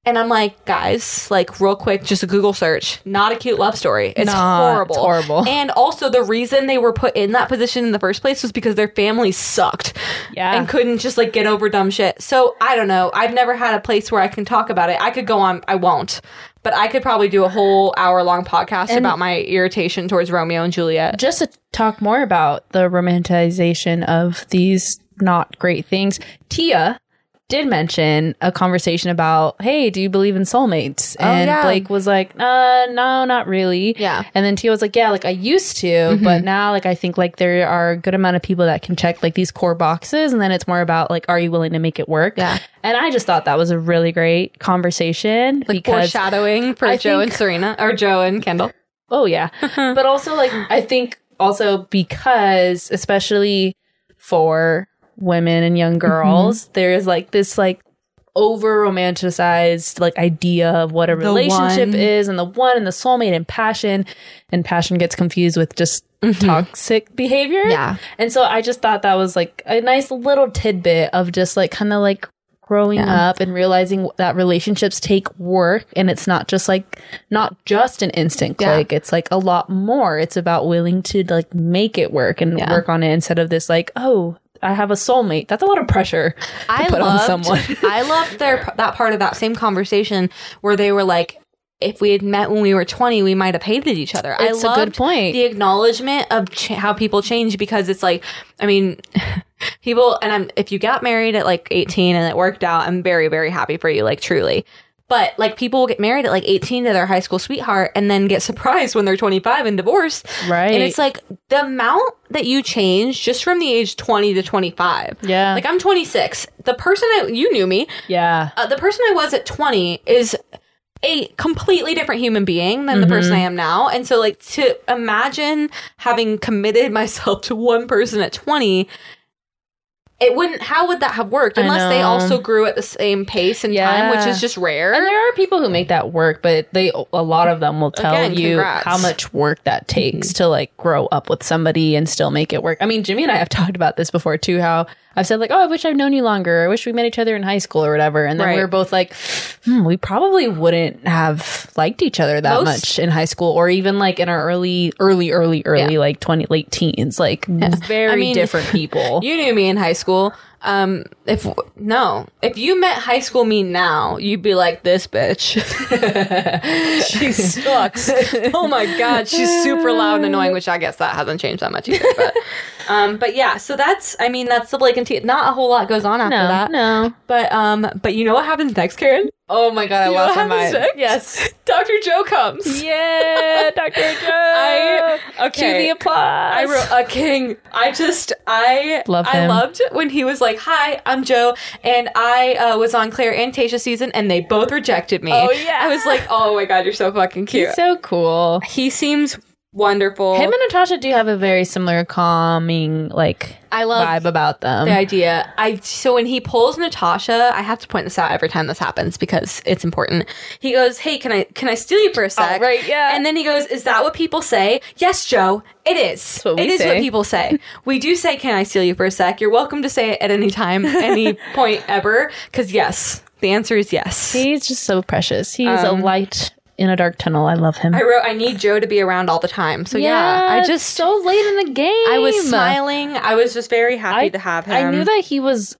[SPEAKER 3] And I'm like, guys, like, real quick, just a Google search. Not a cute love story. It's
[SPEAKER 2] Nah,
[SPEAKER 3] horrible.
[SPEAKER 2] it's horrible. (laughs)
[SPEAKER 3] And also, the reason they were put in that position in the first place was because their family sucked
[SPEAKER 2] Yeah.
[SPEAKER 3] and couldn't just like get over dumb shit. So I don't know. I've never had a place where I can talk about it. I could go on. I won't. But I could probably do a whole hour long podcast about my irritation towards Romeo and Juliet.
[SPEAKER 2] just to talk more about the romanticization of these not great things, Tia did mention a conversation about, hey, do you believe in soulmates? And
[SPEAKER 3] Oh, yeah.
[SPEAKER 2] Blake was like, uh, no, not really.
[SPEAKER 3] Yeah. Mm-hmm.
[SPEAKER 2] And then Tia was like, yeah, like I used to, but now like I think like there are a good amount of people that can check like these core boxes. And then it's more about like, are you willing to make it work?
[SPEAKER 3] Yeah.
[SPEAKER 2] And I just thought that was a really great conversation because
[SPEAKER 3] Foreshadowing for
[SPEAKER 2] I
[SPEAKER 3] Joe
[SPEAKER 2] think-
[SPEAKER 3] and Serena or Joe and Kendall.
[SPEAKER 2] Oh yeah.
[SPEAKER 7] Uh-huh.
[SPEAKER 2] but also like I think also because
[SPEAKER 7] Mm-hmm.
[SPEAKER 2] especially for women and young girls there's like this like over romanticized like idea of what a relationship
[SPEAKER 7] one.
[SPEAKER 2] is and the one and the soulmate and passion and passion gets confused with just toxic behavior.
[SPEAKER 7] Mm-hmm. Yeah.
[SPEAKER 2] And so I just thought that was like a nice little tidbit of just like kind of like growing up and realizing that relationships take work and it's not just like not just an instant
[SPEAKER 7] Yeah.
[SPEAKER 2] click it's like a lot more it's about willing to like make it work and
[SPEAKER 7] Yeah.
[SPEAKER 2] work on it instead of this like oh i have a soulmate that's a lot of pressure
[SPEAKER 3] I
[SPEAKER 2] put on
[SPEAKER 3] loved, (laughs)
[SPEAKER 2] someone.
[SPEAKER 3] I loved their that part of that same conversation where they were like, if we had met when we were 20, we might have hated each other.
[SPEAKER 2] It's a
[SPEAKER 3] I
[SPEAKER 2] good
[SPEAKER 3] loved
[SPEAKER 2] point.
[SPEAKER 3] The acknowledgement of ch- how people change because it's like, I mean, (laughs) people, and I'm, if you got married at like 18 and it worked out, I'm very, very happy for you, like truly. But like people will get married at like 18 to their high school sweetheart and then get (laughs) surprised when they're 25 and divorced.
[SPEAKER 2] Right.
[SPEAKER 3] And it's like the amount that you change just from the age 20 to 25.
[SPEAKER 2] (laughs) Yeah.
[SPEAKER 3] Like I'm 26. The person I, you knew me,
[SPEAKER 2] yeah
[SPEAKER 3] uh, the person I was at 20 is a completely different human being than the
[SPEAKER 2] Mm-hmm.
[SPEAKER 3] person I am now. And so, like, to imagine having committed (laughs) myself to one person at 20, it wouldn't, how would that have worked?
[SPEAKER 2] I
[SPEAKER 3] Unless they
[SPEAKER 2] know.
[SPEAKER 3] also grew at the same pace and time, which
[SPEAKER 2] Yeah.
[SPEAKER 3] is just rare.
[SPEAKER 2] and there are people who make that work but they a lot of them will tell
[SPEAKER 3] Again,
[SPEAKER 2] you
[SPEAKER 3] congrats.
[SPEAKER 2] how much work that takes to like grow up with somebody and still make it work i mean jimmy and i have (laughs) talked about this before too how i've said like oh i wish i've known you longer i wish we met each other in high school or whatever and then
[SPEAKER 3] Right.
[SPEAKER 2] we were both like hmm, we probably wouldn't have liked each other that
[SPEAKER 3] Most-
[SPEAKER 2] much in high school or even like in our early early early early like 20 late teens like very
[SPEAKER 3] I mean,
[SPEAKER 2] different (laughs) people
[SPEAKER 3] (laughs) You knew me in high school. Um, if no, if you met high school me now, you'd be like this bitch. (laughs) she sucks. (laughs) oh my god, she's super loud and annoying. Which I guess that hasn't changed that much either. (laughs) But, um, but yeah, so that's. I mean, that's the Blake and T. Not a whole lot goes on after
[SPEAKER 2] no,
[SPEAKER 3] that.
[SPEAKER 2] no.
[SPEAKER 3] But um, but you know what happens next, Karen?
[SPEAKER 2] Oh my god, I
[SPEAKER 3] You know
[SPEAKER 2] lost
[SPEAKER 3] what
[SPEAKER 2] my
[SPEAKER 3] happens
[SPEAKER 2] mind.
[SPEAKER 3] next?
[SPEAKER 2] (laughs) Yes.
[SPEAKER 3] Doctor Joe comes.
[SPEAKER 2] Yeah, (laughs) Dr. Joe.
[SPEAKER 3] I
[SPEAKER 2] To the
[SPEAKER 3] okay.
[SPEAKER 2] applause.
[SPEAKER 3] I wrote a king. I just I
[SPEAKER 2] Love
[SPEAKER 3] I
[SPEAKER 2] him.
[SPEAKER 3] loved when he was like, "Hi, I'm Joe, and I uh, was on Claire and Tasha season, and they both rejected me."
[SPEAKER 2] Oh, yeah.
[SPEAKER 3] I was like, "Oh my god, you're so fucking cute."
[SPEAKER 2] He's so cool.
[SPEAKER 3] he seems wonderful.
[SPEAKER 2] Him and Natasha do have a very similar calming like
[SPEAKER 3] I love
[SPEAKER 2] vibe about them.
[SPEAKER 3] the idea. I so when he pulls Natasha, I have to point this out every time this happens because it's important. He goes, "Hey, can I can I steal you for a sec?"
[SPEAKER 2] Oh, right, yeah.
[SPEAKER 3] And then he goes, "Is that what people say?" Yes, Joe, it is. That's
[SPEAKER 2] what we
[SPEAKER 3] what
[SPEAKER 2] say.
[SPEAKER 3] people
[SPEAKER 2] (laughs)
[SPEAKER 3] say. we do say, "Can I steal you for a sec?" You're welcome to say it at any
[SPEAKER 2] (laughs)
[SPEAKER 3] time, any point ever, because yes, the answer is yes.
[SPEAKER 2] He's just so precious. He's a light in a dark tunnel. I love him.
[SPEAKER 3] Um, I wrote, "I need Joe to be around all the time." So yeah, I
[SPEAKER 2] it's
[SPEAKER 3] just
[SPEAKER 2] so late in the game.
[SPEAKER 3] I was smiling. I was just very happy
[SPEAKER 2] I-
[SPEAKER 3] to have him.
[SPEAKER 2] I knew that he was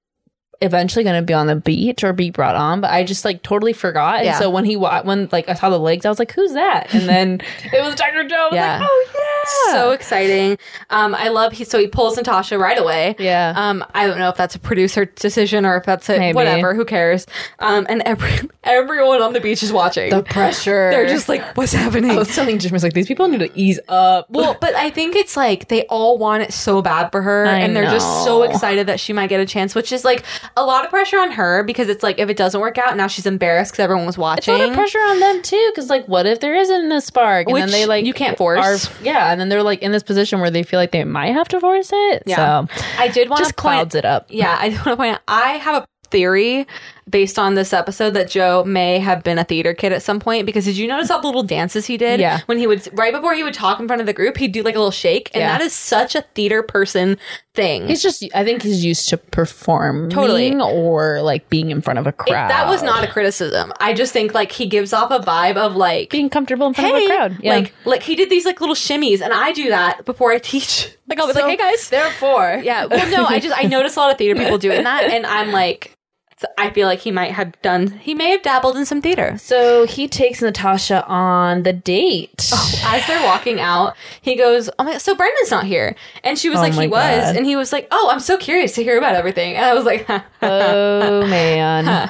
[SPEAKER 2] eventually going to be on the beach or be brought on, but I just like totally forgot. And
[SPEAKER 7] Yeah.
[SPEAKER 2] so when he wa- when like I saw the legs, I was like, "Who's that?" And
[SPEAKER 3] (laughs)
[SPEAKER 2] then it was Dr. Joe. I was
[SPEAKER 7] Yeah.
[SPEAKER 2] like, "Oh yeah."
[SPEAKER 3] so exciting. Um, I love he. So he pulls Natasha right away.
[SPEAKER 2] Yeah.
[SPEAKER 3] Um, I don't know if that's a producer decision or if that's it.
[SPEAKER 2] Maybe.
[SPEAKER 3] Whatever. Who cares? Um, and every (laughs) everyone on the beach is watching.
[SPEAKER 2] pressure.
[SPEAKER 3] They're just like, what's
[SPEAKER 2] (laughs)
[SPEAKER 3] happening?
[SPEAKER 2] I was telling Jim, I was like, these people need to ease up.
[SPEAKER 3] (laughs) well, but I think it's like they all want it so bad for her,
[SPEAKER 2] I
[SPEAKER 3] and they're just so
[SPEAKER 2] know.
[SPEAKER 3] excited that she might get a chance, which is like a lot of pressure on her because it's like if it doesn't work out, now she's embarrassed because everyone was
[SPEAKER 2] It's a lot
[SPEAKER 3] watching.
[SPEAKER 2] of pressure on them too, because like, what if there isn't a spark, and
[SPEAKER 3] Which
[SPEAKER 2] then they like
[SPEAKER 3] you can't force.
[SPEAKER 2] are- yeah, and then they're like in this position where they feel like they might have to force it.
[SPEAKER 3] Yeah.
[SPEAKER 2] So
[SPEAKER 3] I did want to
[SPEAKER 2] just
[SPEAKER 3] point
[SPEAKER 2] clouds it up.
[SPEAKER 3] Yeah, I want to point out. I have a theory based on this episode that Joe may have been a theater kid at some point because did you notice all the little dances he did?
[SPEAKER 2] Yeah.
[SPEAKER 3] When he would right before he would talk in front of the group, he'd do like a little shake, and
[SPEAKER 2] Yeah.
[SPEAKER 3] that is such a theater person thing.
[SPEAKER 2] He's just, I think he's used to performing
[SPEAKER 3] Totally.
[SPEAKER 2] or like being in front of a
[SPEAKER 3] It-
[SPEAKER 2] crowd.
[SPEAKER 3] that was not a criticism. I just think like he gives off a vibe of like.
[SPEAKER 2] being comfortable in front of
[SPEAKER 3] Hey,
[SPEAKER 2] a crowd. Yeah.
[SPEAKER 3] like, like he did these like little shimmies, and I do that before I teach. Like I was
[SPEAKER 2] So,
[SPEAKER 3] like, "Hey guys, therefore, yeah." Well, no, I just I notice a lot of theater
[SPEAKER 2] (laughs)
[SPEAKER 3] people doing that, and I'm like, so I feel like he might have done, he may have dabbled in some theater.
[SPEAKER 2] so he takes Natasha on the date.
[SPEAKER 3] as they're walking out, he goes, "Oh my!" So Brendan's not here, and she was like,
[SPEAKER 2] Oh my
[SPEAKER 3] "He was,"
[SPEAKER 2] God.
[SPEAKER 3] and he was like, "Oh, I'm so curious to hear about everything." And I was like, (laughs)
[SPEAKER 2] (laughs) oh man.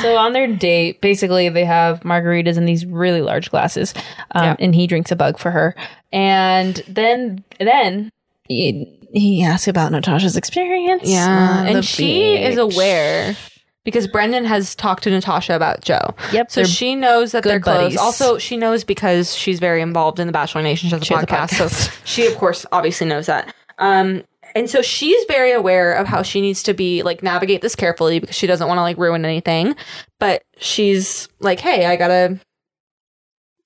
[SPEAKER 2] so on their date, basically they have margaritas in these really large glasses, um, and he drinks a bug for her, and then then he, he asks about Natasha's experience. Uh, on the
[SPEAKER 3] and she is
[SPEAKER 2] beach.
[SPEAKER 3] aware because Brendan has talked to Natasha about Joe.
[SPEAKER 2] Yep,
[SPEAKER 3] So
[SPEAKER 2] they're
[SPEAKER 3] she knows that they're
[SPEAKER 2] good
[SPEAKER 3] close.
[SPEAKER 2] buddies.
[SPEAKER 3] Also, she knows because (laughs) she's very involved in the Bachelor Nation. She has a, podcast, so she of course obviously knows that. Um, And so she's very aware of how she needs to be like navigate this carefully because she doesn't want to like ruin anything. But she's like, hey, I gotta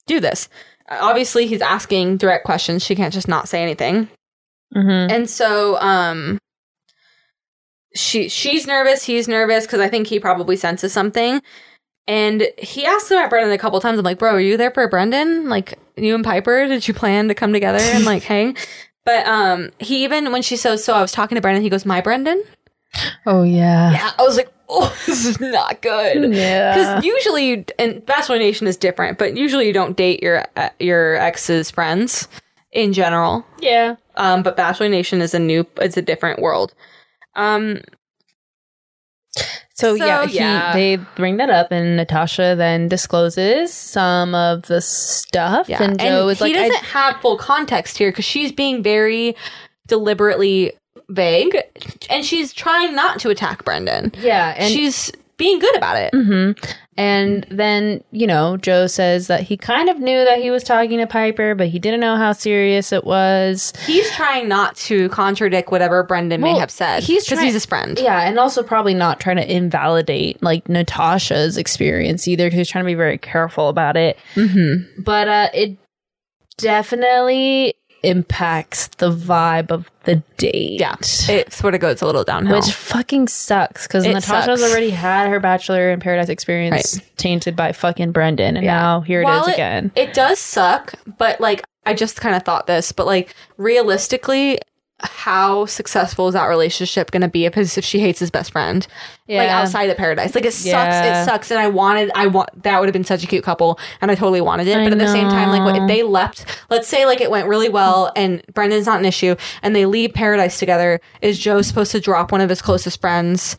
[SPEAKER 3] do this. Uh, Obviously, he's asking direct questions. She can't just not say anything.
[SPEAKER 2] Mm-hmm.
[SPEAKER 3] And so, um, she she's nervous. He's nervous because I think he probably senses something. And he asked about Brendan a couple times. I'm like, bro, are you there for Brendan? Like, you and Piper, did you plan to come together
[SPEAKER 2] (laughs)
[SPEAKER 3] and like hang? But um, he even when she says, so I was talking to Brendan. He goes, my Brendan.
[SPEAKER 2] Oh yeah.
[SPEAKER 3] Yeah, I was like, oh, (laughs) this is not good.
[SPEAKER 2] Yeah.
[SPEAKER 3] Because usually, you, and Bachelor Nation is different, but usually you don't date your uh, your ex's friends in general.
[SPEAKER 2] Yeah.
[SPEAKER 3] Um, but Bachelor Nation is a new, it's a different world. Um,
[SPEAKER 2] So,
[SPEAKER 3] So,
[SPEAKER 2] yeah, he,
[SPEAKER 3] yeah.
[SPEAKER 2] they bring that up, and Natasha then discloses some of the stuff,
[SPEAKER 3] yeah,
[SPEAKER 2] and Joe is
[SPEAKER 3] he
[SPEAKER 2] like, I-
[SPEAKER 3] doesn't have full context here because she's being very deliberately vague, and she's trying not to attack Brendan.
[SPEAKER 2] "Yeah," and
[SPEAKER 3] she's being good about it.
[SPEAKER 2] hmm And then, you know, Joe says that he kind of knew that he was talking to Piper, but he didn't know how serious it was.
[SPEAKER 3] He's trying not to contradict whatever Brendan
[SPEAKER 2] Well,
[SPEAKER 3] may have said.
[SPEAKER 2] he's
[SPEAKER 3] because
[SPEAKER 2] try-
[SPEAKER 3] he's his friend.
[SPEAKER 2] Yeah, and also probably not trying to invalidate like Natasha's experience either. 'cause He's trying to be very careful about it.
[SPEAKER 3] Mm-hmm.
[SPEAKER 2] But uh it definitely impacts the vibe of the date.
[SPEAKER 3] Yeah. It sort of goes a little downhill.
[SPEAKER 2] Which fucking sucks because
[SPEAKER 3] It
[SPEAKER 2] Natasha's
[SPEAKER 3] sucks.
[SPEAKER 2] already had her bachelor in paradise experience tainted by fucking Brendan, and
[SPEAKER 3] Yeah.
[SPEAKER 2] now here it is
[SPEAKER 3] While it-
[SPEAKER 2] again.
[SPEAKER 3] it does suck, but like I just kind of thought this, but like realistically, how successful is that relationship going to be if, his, if she hates his best friend? Like
[SPEAKER 2] Yeah.
[SPEAKER 3] outside of paradise, like it sucks.
[SPEAKER 2] Yeah.
[SPEAKER 3] It sucks, and I wanted, I want that would have been such a cute couple, and I totally wanted it.
[SPEAKER 2] I
[SPEAKER 3] but at the same time, like what,
[SPEAKER 2] know.
[SPEAKER 3] if they left, let's say like it went really well, and Brendan's not an issue, and they leave paradise together. Is Joe supposed to drop one of his closest friends?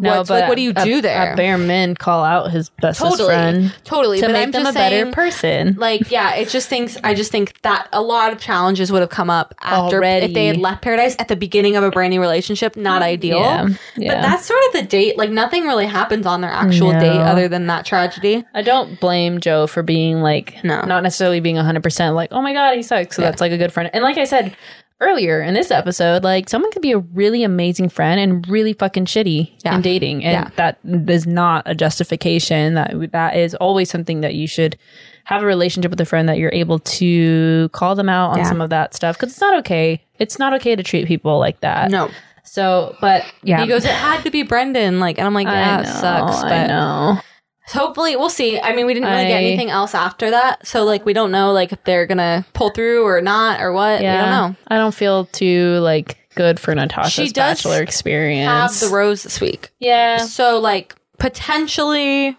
[SPEAKER 3] What's- like, what do you
[SPEAKER 2] a-
[SPEAKER 3] do there?
[SPEAKER 2] A bare men call out his bestest
[SPEAKER 3] Totally,
[SPEAKER 2] friend
[SPEAKER 3] totally.
[SPEAKER 2] to
[SPEAKER 3] but
[SPEAKER 2] make
[SPEAKER 3] I'm
[SPEAKER 2] them
[SPEAKER 3] just
[SPEAKER 2] a better
[SPEAKER 3] saying,
[SPEAKER 2] person.
[SPEAKER 3] like yeah it just thinks i just think that a lot of challenges would have come up after
[SPEAKER 2] Already.
[SPEAKER 3] if they had left paradise at the beginning of a brand new relationship not ideal
[SPEAKER 2] Yeah,
[SPEAKER 3] but
[SPEAKER 2] yeah.
[SPEAKER 3] that's sort of the date like nothing really happens on their actual
[SPEAKER 2] No.
[SPEAKER 3] date other than that tragedy
[SPEAKER 2] I don't blame Joe for being like,
[SPEAKER 3] No.
[SPEAKER 2] not necessarily being 100% like, oh my God, he sucks. So that's like a good friend. And like I said earlier in this episode, like someone could be a really amazing friend and really fucking shitty in dating. And that is not a justification. That That is always something that you should have a relationship with a friend that you're able to call them out on some of that stuff because it's not okay. It's not okay to treat people like that.
[SPEAKER 3] no
[SPEAKER 2] So, but Uh, yeah.
[SPEAKER 3] he goes it had to be brendan like and i'm like
[SPEAKER 2] I
[SPEAKER 3] yeah it
[SPEAKER 2] know,
[SPEAKER 3] sucks
[SPEAKER 2] I
[SPEAKER 3] but
[SPEAKER 2] know.
[SPEAKER 3] hopefully we'll see i mean we didn't really get
[SPEAKER 2] I-
[SPEAKER 3] anything else after that so like we don't know like if they're gonna pull through or not or what we don't know
[SPEAKER 2] I don't feel too like good for Natasha's
[SPEAKER 3] She does
[SPEAKER 2] bachelor experience.
[SPEAKER 3] have the rose this week
[SPEAKER 2] yeah.
[SPEAKER 3] so like potentially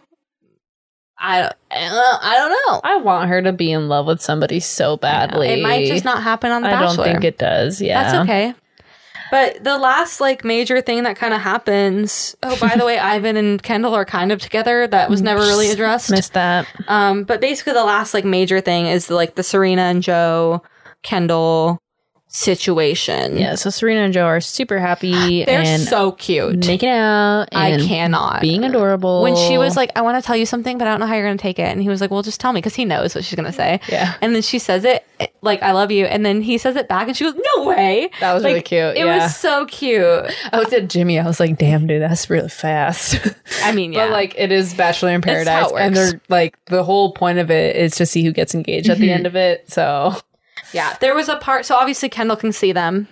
[SPEAKER 3] i don't i don't know
[SPEAKER 2] I want her to be in love with somebody so badly.
[SPEAKER 3] It might just not happen on The
[SPEAKER 2] I
[SPEAKER 3] Bachelor.
[SPEAKER 2] don't think it does. Yeah.
[SPEAKER 3] That's okay. But the last like major thing that kind of happens. Oh, by
[SPEAKER 2] (laughs)
[SPEAKER 3] the way, Ivan and Kendall are kind of together. That was never really addressed.
[SPEAKER 2] Missed that.
[SPEAKER 3] Um, but basically, the last like major thing is like the Serena and Joe Kendall situation.
[SPEAKER 2] Yeah. Um, So Serena and Joe are super (gasps) happy
[SPEAKER 3] they're
[SPEAKER 2] and
[SPEAKER 3] so cute.
[SPEAKER 2] making out.
[SPEAKER 3] I
[SPEAKER 2] and
[SPEAKER 3] cannot
[SPEAKER 2] Being adorable.
[SPEAKER 3] When she
[SPEAKER 2] Oh.
[SPEAKER 3] was like, "I want to tell you something, but I don't know how you're going to take it," and he was like, "Well, just tell me," because he knows what she's going to say.
[SPEAKER 2] Yeah.
[SPEAKER 3] And then she says it eh, like, "I love you," and then he says it back, and she goes, "No way."
[SPEAKER 2] That was
[SPEAKER 3] Like,
[SPEAKER 2] really cute,
[SPEAKER 3] It
[SPEAKER 2] yeah.
[SPEAKER 3] was so cute.
[SPEAKER 2] I looked at Jimmy, I was like, damn, dude, that's really fast. (laughs)
[SPEAKER 3] I mean, yeah.
[SPEAKER 2] But like it is Bachelor in
[SPEAKER 3] It's
[SPEAKER 2] Paradise,
[SPEAKER 3] how it
[SPEAKER 2] and
[SPEAKER 3] works.
[SPEAKER 2] they're like the whole point of it is to see who gets engaged at (laughs) the end of it. So
[SPEAKER 3] yeah, there was a part. So obviously, Kendall can see them.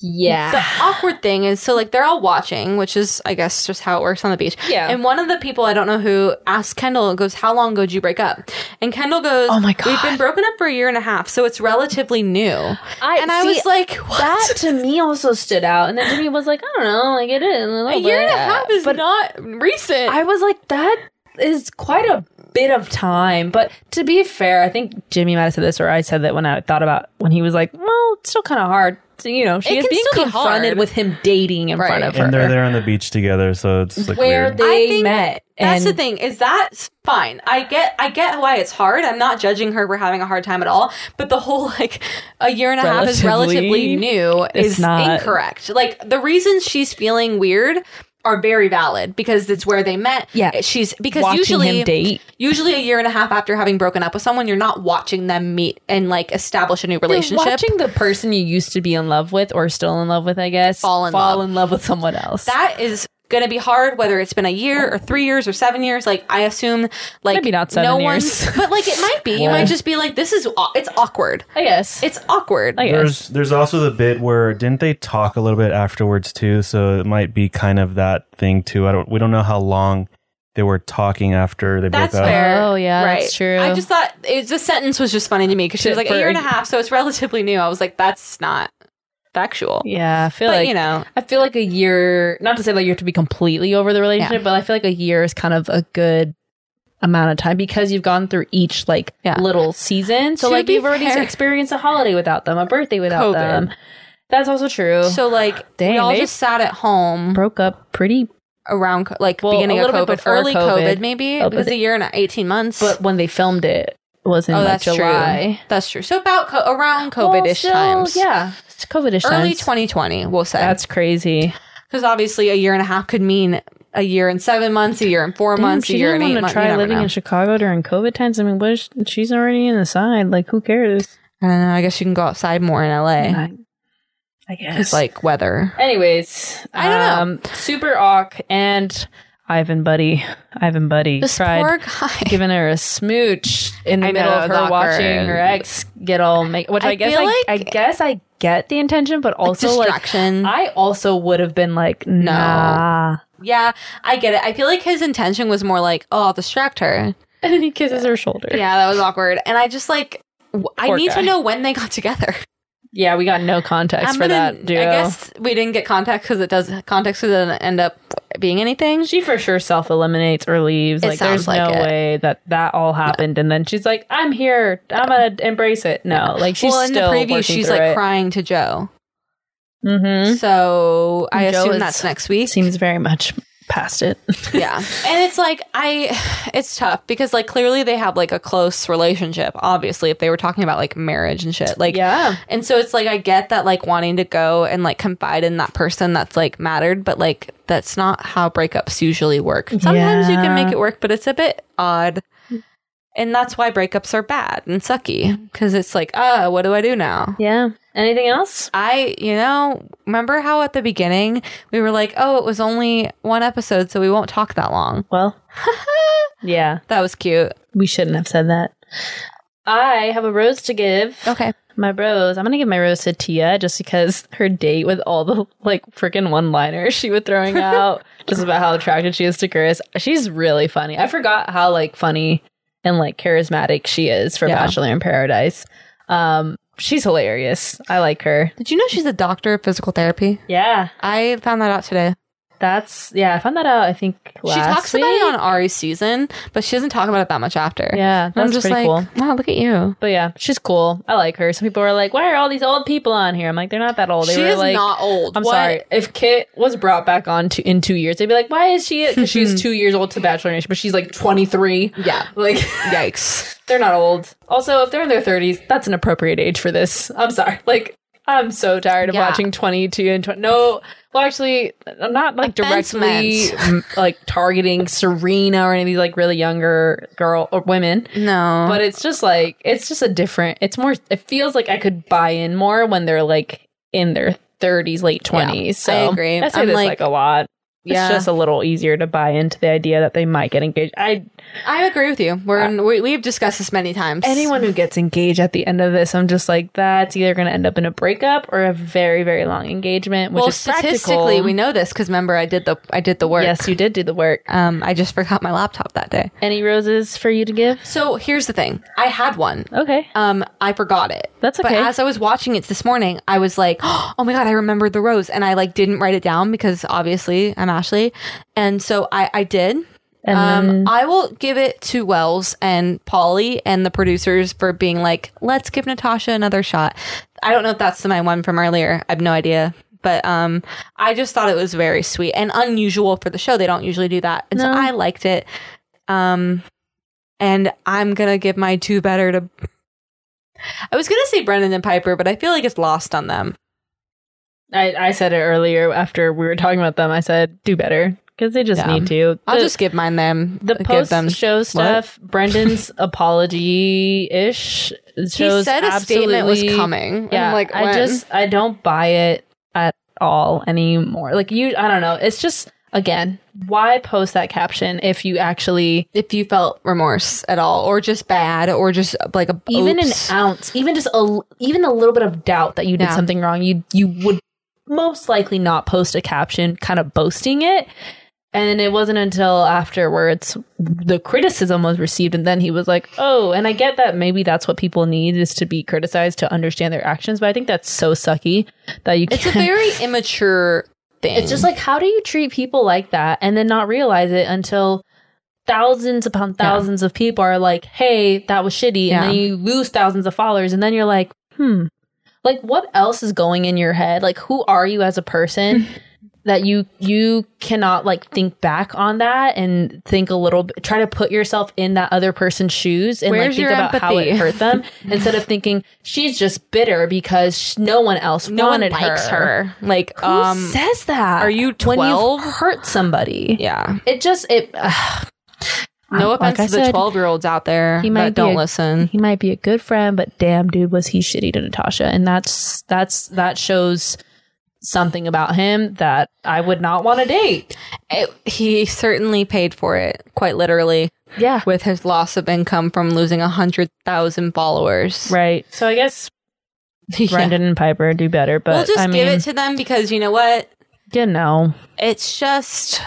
[SPEAKER 2] yeah, (laughs)
[SPEAKER 3] The awkward thing is, so like they're all watching, which is, I guess, just how it works on the beach.
[SPEAKER 2] Yeah.
[SPEAKER 3] And one of the people I don't know who asked Kendall goes, "How long ago did you break up?" And Kendall goes,
[SPEAKER 2] Oh my
[SPEAKER 3] we've been
[SPEAKER 2] God.
[SPEAKER 3] broken up for a year and a half, so it's relatively new."
[SPEAKER 2] I-
[SPEAKER 3] and I
[SPEAKER 2] see,
[SPEAKER 3] was like, "What?"
[SPEAKER 2] that to me also stood out. And then Jimmy was like, I don't know, like it is a little
[SPEAKER 3] a year and a
[SPEAKER 2] bit.
[SPEAKER 3] half is not recent.
[SPEAKER 2] I was like, that is quite a bit of time. But to be fair, I think Jimmy might have said this, or I said that when I thought about when he was like, well, it's still kind of hard. So, you know, she
[SPEAKER 3] It
[SPEAKER 2] is
[SPEAKER 3] can
[SPEAKER 2] being
[SPEAKER 3] still be
[SPEAKER 2] confronted
[SPEAKER 3] hard.
[SPEAKER 2] with him dating in front
[SPEAKER 3] Right.
[SPEAKER 2] of her.
[SPEAKER 6] and they're there on the beach together, so it's like
[SPEAKER 2] where
[SPEAKER 6] weird.
[SPEAKER 2] they
[SPEAKER 3] I think
[SPEAKER 2] met.
[SPEAKER 3] That's
[SPEAKER 2] and
[SPEAKER 3] the thing is that's fine. I get I get why it's hard. I'm not judging her for having a hard time at all. But the whole (laughs) like a year and a half is
[SPEAKER 2] Relatively,
[SPEAKER 3] relatively new
[SPEAKER 2] it's
[SPEAKER 3] is
[SPEAKER 2] not.
[SPEAKER 3] incorrect. Like the reasons she's feeling weird are very valid because it's where they met.
[SPEAKER 2] Yeah.
[SPEAKER 3] she's because
[SPEAKER 2] Watching
[SPEAKER 3] usually
[SPEAKER 2] him date.
[SPEAKER 3] usually a year and a half after having broken up with someone, you're not watching them meet and like establish a new relationship.
[SPEAKER 2] Watching the person you used to be in love with or still in love with, I guess,
[SPEAKER 3] Fall in love.
[SPEAKER 2] with someone else.
[SPEAKER 3] that is going to be hard whether it's been a year or three years or seven years like i assume like
[SPEAKER 2] Maybe not seven
[SPEAKER 3] no
[SPEAKER 2] years.
[SPEAKER 3] one's (laughs) but like it might be you might just be like this is aw- it's awkward
[SPEAKER 2] I guess.
[SPEAKER 3] it's awkward
[SPEAKER 2] I guess.
[SPEAKER 6] There's there's also the bit where didn't they talk a little bit afterwards too? So it might be kind of that thing too. I don't we don't know how long they were talking after they
[SPEAKER 3] that's
[SPEAKER 6] broke up.
[SPEAKER 3] fair
[SPEAKER 2] Oh, yeah, that's true.
[SPEAKER 3] i just thought it, the sentence was just funny to me because she was like a
[SPEAKER 2] For-
[SPEAKER 3] year and a half so it's relatively new i was like that's not factual
[SPEAKER 2] yeah, I feel
[SPEAKER 3] but
[SPEAKER 2] like
[SPEAKER 3] you know
[SPEAKER 2] I feel like a year. Not to say that you have to be completely over the relationship, but I feel like a year is kind of a good amount of time because you've gone through each like
[SPEAKER 3] Yeah.
[SPEAKER 2] little season. So
[SPEAKER 3] To
[SPEAKER 2] like
[SPEAKER 3] be
[SPEAKER 2] you've already
[SPEAKER 3] fair-
[SPEAKER 2] experienced a holiday without them, a birthday without
[SPEAKER 3] COVID.
[SPEAKER 2] them. That's also true.
[SPEAKER 3] so like
[SPEAKER 2] Dang,
[SPEAKER 3] we all
[SPEAKER 2] they-
[SPEAKER 3] just sat at home
[SPEAKER 2] broke up pretty,
[SPEAKER 3] around co- like
[SPEAKER 2] Well,
[SPEAKER 3] beginning
[SPEAKER 2] a
[SPEAKER 3] of
[SPEAKER 2] little bit
[SPEAKER 3] covid
[SPEAKER 2] before
[SPEAKER 3] early
[SPEAKER 2] COVID.
[SPEAKER 3] covid, maybe
[SPEAKER 2] Oh,
[SPEAKER 3] it
[SPEAKER 2] but
[SPEAKER 3] was
[SPEAKER 2] they-
[SPEAKER 3] a year and 18 months
[SPEAKER 2] but when they filmed it, it was in
[SPEAKER 3] Oh,
[SPEAKER 2] like,
[SPEAKER 3] that's true.
[SPEAKER 2] July.
[SPEAKER 3] that's true so about co- around
[SPEAKER 2] Well,
[SPEAKER 3] covid-ish
[SPEAKER 2] still,
[SPEAKER 3] times
[SPEAKER 2] Yeah, it's COVID-ish
[SPEAKER 3] early
[SPEAKER 2] times.
[SPEAKER 3] 2020 we'll say
[SPEAKER 2] That's crazy.
[SPEAKER 3] because obviously a year and a half could mean a year and seven months a year and four months a
[SPEAKER 2] she
[SPEAKER 3] year
[SPEAKER 2] didn't
[SPEAKER 3] and eight
[SPEAKER 2] want to
[SPEAKER 3] months
[SPEAKER 2] try living in Chicago during COVID times. I mean, what is, she's already in the side. Like, who cares?
[SPEAKER 3] i don't know i guess you can go outside more in la
[SPEAKER 2] I, I guess.
[SPEAKER 3] it's Eh. like weather
[SPEAKER 2] Anyways,
[SPEAKER 3] I don't know.
[SPEAKER 2] Um, Super Awk and Ivan Buddy. Ivan Buddy
[SPEAKER 3] this
[SPEAKER 2] tried
[SPEAKER 3] poor guy
[SPEAKER 2] giving her a smooch in the
[SPEAKER 3] I
[SPEAKER 2] middle
[SPEAKER 3] know,
[SPEAKER 2] of her
[SPEAKER 3] Docker.
[SPEAKER 2] watching her ex get all make. Which I,
[SPEAKER 3] I
[SPEAKER 2] guess
[SPEAKER 3] feel
[SPEAKER 2] I, I
[SPEAKER 3] like-
[SPEAKER 2] guess I get the intention, but also like
[SPEAKER 3] distraction
[SPEAKER 2] I also would have been like, nah.
[SPEAKER 3] (laughs)
[SPEAKER 2] (laughs)
[SPEAKER 3] yeah i get it i feel like his intention was more like oh i'll distract her
[SPEAKER 2] And then he kisses her shoulder.
[SPEAKER 3] yeah that was awkward and i just like w- I
[SPEAKER 2] Poor
[SPEAKER 3] need
[SPEAKER 2] guy.
[SPEAKER 3] to know when they
[SPEAKER 2] (laughs)
[SPEAKER 3] got together.
[SPEAKER 2] Yeah, we got no context for that duo.
[SPEAKER 3] I guess we didn't get context because it does context doesn't end up being anything.
[SPEAKER 2] she for sure self eliminates or leaves.
[SPEAKER 3] It
[SPEAKER 2] like, there's
[SPEAKER 3] sounds like
[SPEAKER 2] no
[SPEAKER 3] it.
[SPEAKER 2] way that that all happened. And then she's like, "I'm here. I'm gonna embrace it." No, like she's
[SPEAKER 3] well, in the
[SPEAKER 2] still
[SPEAKER 3] preview, she's like crying to Joe.
[SPEAKER 2] Mm-hmm.
[SPEAKER 3] So I
[SPEAKER 2] Joe
[SPEAKER 3] assume
[SPEAKER 2] is-
[SPEAKER 3] that's next week.
[SPEAKER 2] Seems very much past it. (laughs)
[SPEAKER 3] yeah. And it's like I it's tough because like clearly they have like a close relationship, obviously, if they were talking about like marriage and shit. Like
[SPEAKER 2] yeah,
[SPEAKER 3] and so it's like I get that like wanting to go and like confide in that person that's like mattered, but like that's not how breakups usually work. Sometimes you can
[SPEAKER 2] Yeah.
[SPEAKER 3] make it work, but it's a bit odd. And that's why breakups are bad and sucky. Cause it's like, uh, what do I do now?
[SPEAKER 2] yeah. Anything else?
[SPEAKER 3] I, you know, remember how at the beginning we were like, oh, it was only one episode, so we won't talk that long.
[SPEAKER 2] Well, (laughs) yeah,
[SPEAKER 3] That was cute.
[SPEAKER 2] we shouldn't have said that. Oh, I have a rose to give.
[SPEAKER 3] Okay.
[SPEAKER 2] My rose. I'm gonna give my rose to Tia just because her date with all the like freaking one liners she was (laughs) throwing out, just about how attracted she is to Chris. She's really funny. I forgot how like funny and like charismatic she is for
[SPEAKER 3] Yeah.
[SPEAKER 2] Bachelor in Paradise. Um, she's hilarious. I like her.
[SPEAKER 3] Did you know she's a doctor of physical therapy?
[SPEAKER 2] Yeah,
[SPEAKER 3] I found that out today.
[SPEAKER 2] that's yeah. I found that out. I think last
[SPEAKER 3] she talks
[SPEAKER 2] week.
[SPEAKER 3] about it on Ari's season, but she doesn't talk about it that much after.
[SPEAKER 2] yeah,
[SPEAKER 3] And
[SPEAKER 2] that's
[SPEAKER 3] I'm just
[SPEAKER 2] pretty
[SPEAKER 3] like,
[SPEAKER 2] cool.
[SPEAKER 3] wow, look at you.
[SPEAKER 2] But yeah, she's cool. I like her. Some people are like, "Why are all these old people on here?" I'm like, "They're not that old." They
[SPEAKER 3] she
[SPEAKER 2] were
[SPEAKER 3] is
[SPEAKER 2] like,
[SPEAKER 3] not old.
[SPEAKER 2] I'm
[SPEAKER 3] What?
[SPEAKER 2] sorry. If Kit was brought back on to, in two years, they'd be like, "Why is she?" Because (laughs) she's two years old to Bachelor Nation, but she's like 23.
[SPEAKER 3] Yeah.
[SPEAKER 2] (laughs) Like
[SPEAKER 3] Yikes.
[SPEAKER 2] they're not old. Also, if they're in their 30s, that's an appropriate age for this. I'm sorry. Like I'm so tired of
[SPEAKER 3] Yeah.
[SPEAKER 2] watching 22 and 20. No, well, actually, I'm not like
[SPEAKER 3] Offense
[SPEAKER 2] directly
[SPEAKER 3] meant.
[SPEAKER 2] m- like targeting Serena or any of these like really younger girl or women.
[SPEAKER 3] No.
[SPEAKER 2] But it's just like it's just a different. It's more. It feels like I could buy in more when they're like in their 30s, late 20s. so
[SPEAKER 3] I agree.
[SPEAKER 2] I say
[SPEAKER 3] I'm
[SPEAKER 2] this like,
[SPEAKER 3] like-
[SPEAKER 2] a lot.
[SPEAKER 3] Yeah.
[SPEAKER 2] It's just a little easier to buy into the idea that they might get engaged. I
[SPEAKER 3] I agree with you. We're in, we, we've discussed this many times.
[SPEAKER 2] anyone who gets engaged at the end of this, I'm just like that's either going to end up in a breakup or a very very long engagement, which
[SPEAKER 3] well,
[SPEAKER 2] is
[SPEAKER 3] statistically,
[SPEAKER 2] practical.
[SPEAKER 3] we know this because remember, I did the I did the work.
[SPEAKER 2] Yes, you did do the work.
[SPEAKER 3] Um, I just forgot my laptop that day.
[SPEAKER 2] Any roses for you to give?
[SPEAKER 3] So here's the thing. I had one.
[SPEAKER 2] Okay.
[SPEAKER 3] Um, I forgot it.
[SPEAKER 2] That's okay.
[SPEAKER 3] But as I was watching it this morning, I was like, (gasps) "Oh my god, I remembered the rose," and I like didn't write it down because obviously I'm Ashley, and so I I did.
[SPEAKER 2] Mm.
[SPEAKER 3] um, I will give it to Wells and Polly and the producers for being like, "Let's give Natasha another shot." I don't know if that's my one from earlier. I have no idea. But um, I just thought it was very sweet and unusual for the show. They don't usually do that, and so I liked it. Um, and I'm gonna give my two better to. I was gonna say Brendan and Piper, but I feel like it's lost on them.
[SPEAKER 2] I, I said it earlier after we were talking about them. I said, do better because they just
[SPEAKER 3] Yeah.
[SPEAKER 2] need to.
[SPEAKER 3] I'll
[SPEAKER 2] The-
[SPEAKER 3] just give mine them.
[SPEAKER 2] the
[SPEAKER 3] give
[SPEAKER 2] post
[SPEAKER 3] them-
[SPEAKER 2] show stuff,
[SPEAKER 3] (laughs)
[SPEAKER 2] Brendan's apology ish
[SPEAKER 3] He
[SPEAKER 2] shows
[SPEAKER 3] said a statement was
[SPEAKER 2] absolutely-
[SPEAKER 3] coming.
[SPEAKER 2] Yeah,
[SPEAKER 3] I'm like
[SPEAKER 2] I
[SPEAKER 3] when?
[SPEAKER 2] just I don't buy it at all anymore. Like you, I don't know. It's just again, why post that caption if you actually
[SPEAKER 3] if you felt remorse at all, or just bad, or just like a
[SPEAKER 2] even
[SPEAKER 3] oops.
[SPEAKER 2] an ounce, even just a even a little bit of doubt that you did
[SPEAKER 3] Yeah.
[SPEAKER 2] something wrong, you you would most likely not post a caption kind of boasting it. And it wasn't until afterwards the criticism was received, and then he was like, "Oh." And I get that maybe that's what people need is to be criticized to understand their actions, but I think that's so sucky that you
[SPEAKER 3] it's a
[SPEAKER 2] can't-
[SPEAKER 3] (laughs) very immature thing.
[SPEAKER 2] It's just like, how do you treat people like that and then not realize it until thousands upon thousands of people are like, hey, that was shitty.
[SPEAKER 3] Yeah.
[SPEAKER 2] And then you lose thousands of followers. And then you're like, hmm, like what else is going in your head? Like, who are you as a
[SPEAKER 3] (laughs)
[SPEAKER 2] person? that you you cannot like think back on that and think a little bit try to put yourself in that other person's shoes and
[SPEAKER 3] Where's
[SPEAKER 2] like think
[SPEAKER 3] your
[SPEAKER 2] about how it
[SPEAKER 3] empathy?
[SPEAKER 2] hurt
[SPEAKER 3] (laughs)
[SPEAKER 2] them instead of thinking she's just bitter because sh- no one else
[SPEAKER 3] no one
[SPEAKER 2] wanted
[SPEAKER 3] likes her. Like
[SPEAKER 2] who
[SPEAKER 3] um,
[SPEAKER 2] says that?
[SPEAKER 3] are you
[SPEAKER 2] Uh, When
[SPEAKER 3] 12?
[SPEAKER 2] you've hurt somebody.
[SPEAKER 3] yeah.
[SPEAKER 2] It just it. Uh,
[SPEAKER 3] No
[SPEAKER 2] Like
[SPEAKER 3] offense
[SPEAKER 2] I
[SPEAKER 3] to the
[SPEAKER 2] said,
[SPEAKER 3] twelve year olds out there
[SPEAKER 2] he might
[SPEAKER 3] that
[SPEAKER 2] be
[SPEAKER 3] don't
[SPEAKER 2] a-
[SPEAKER 3] listen.
[SPEAKER 2] he might be a good friend, but damn, dude, was he shitty to Natasha? And that's that's that shows something about him that I would not want to date.
[SPEAKER 3] It- he certainly paid for it, quite literally,
[SPEAKER 2] Yeah,
[SPEAKER 3] with his loss of income from losing a hundred thousand followers.
[SPEAKER 2] right. So I guess
[SPEAKER 3] (laughs) Yeah.
[SPEAKER 2] Brendan and Piper do better, but
[SPEAKER 3] we'll just
[SPEAKER 2] I mean,
[SPEAKER 3] give it to them because you know what?
[SPEAKER 2] you know,
[SPEAKER 3] It's just.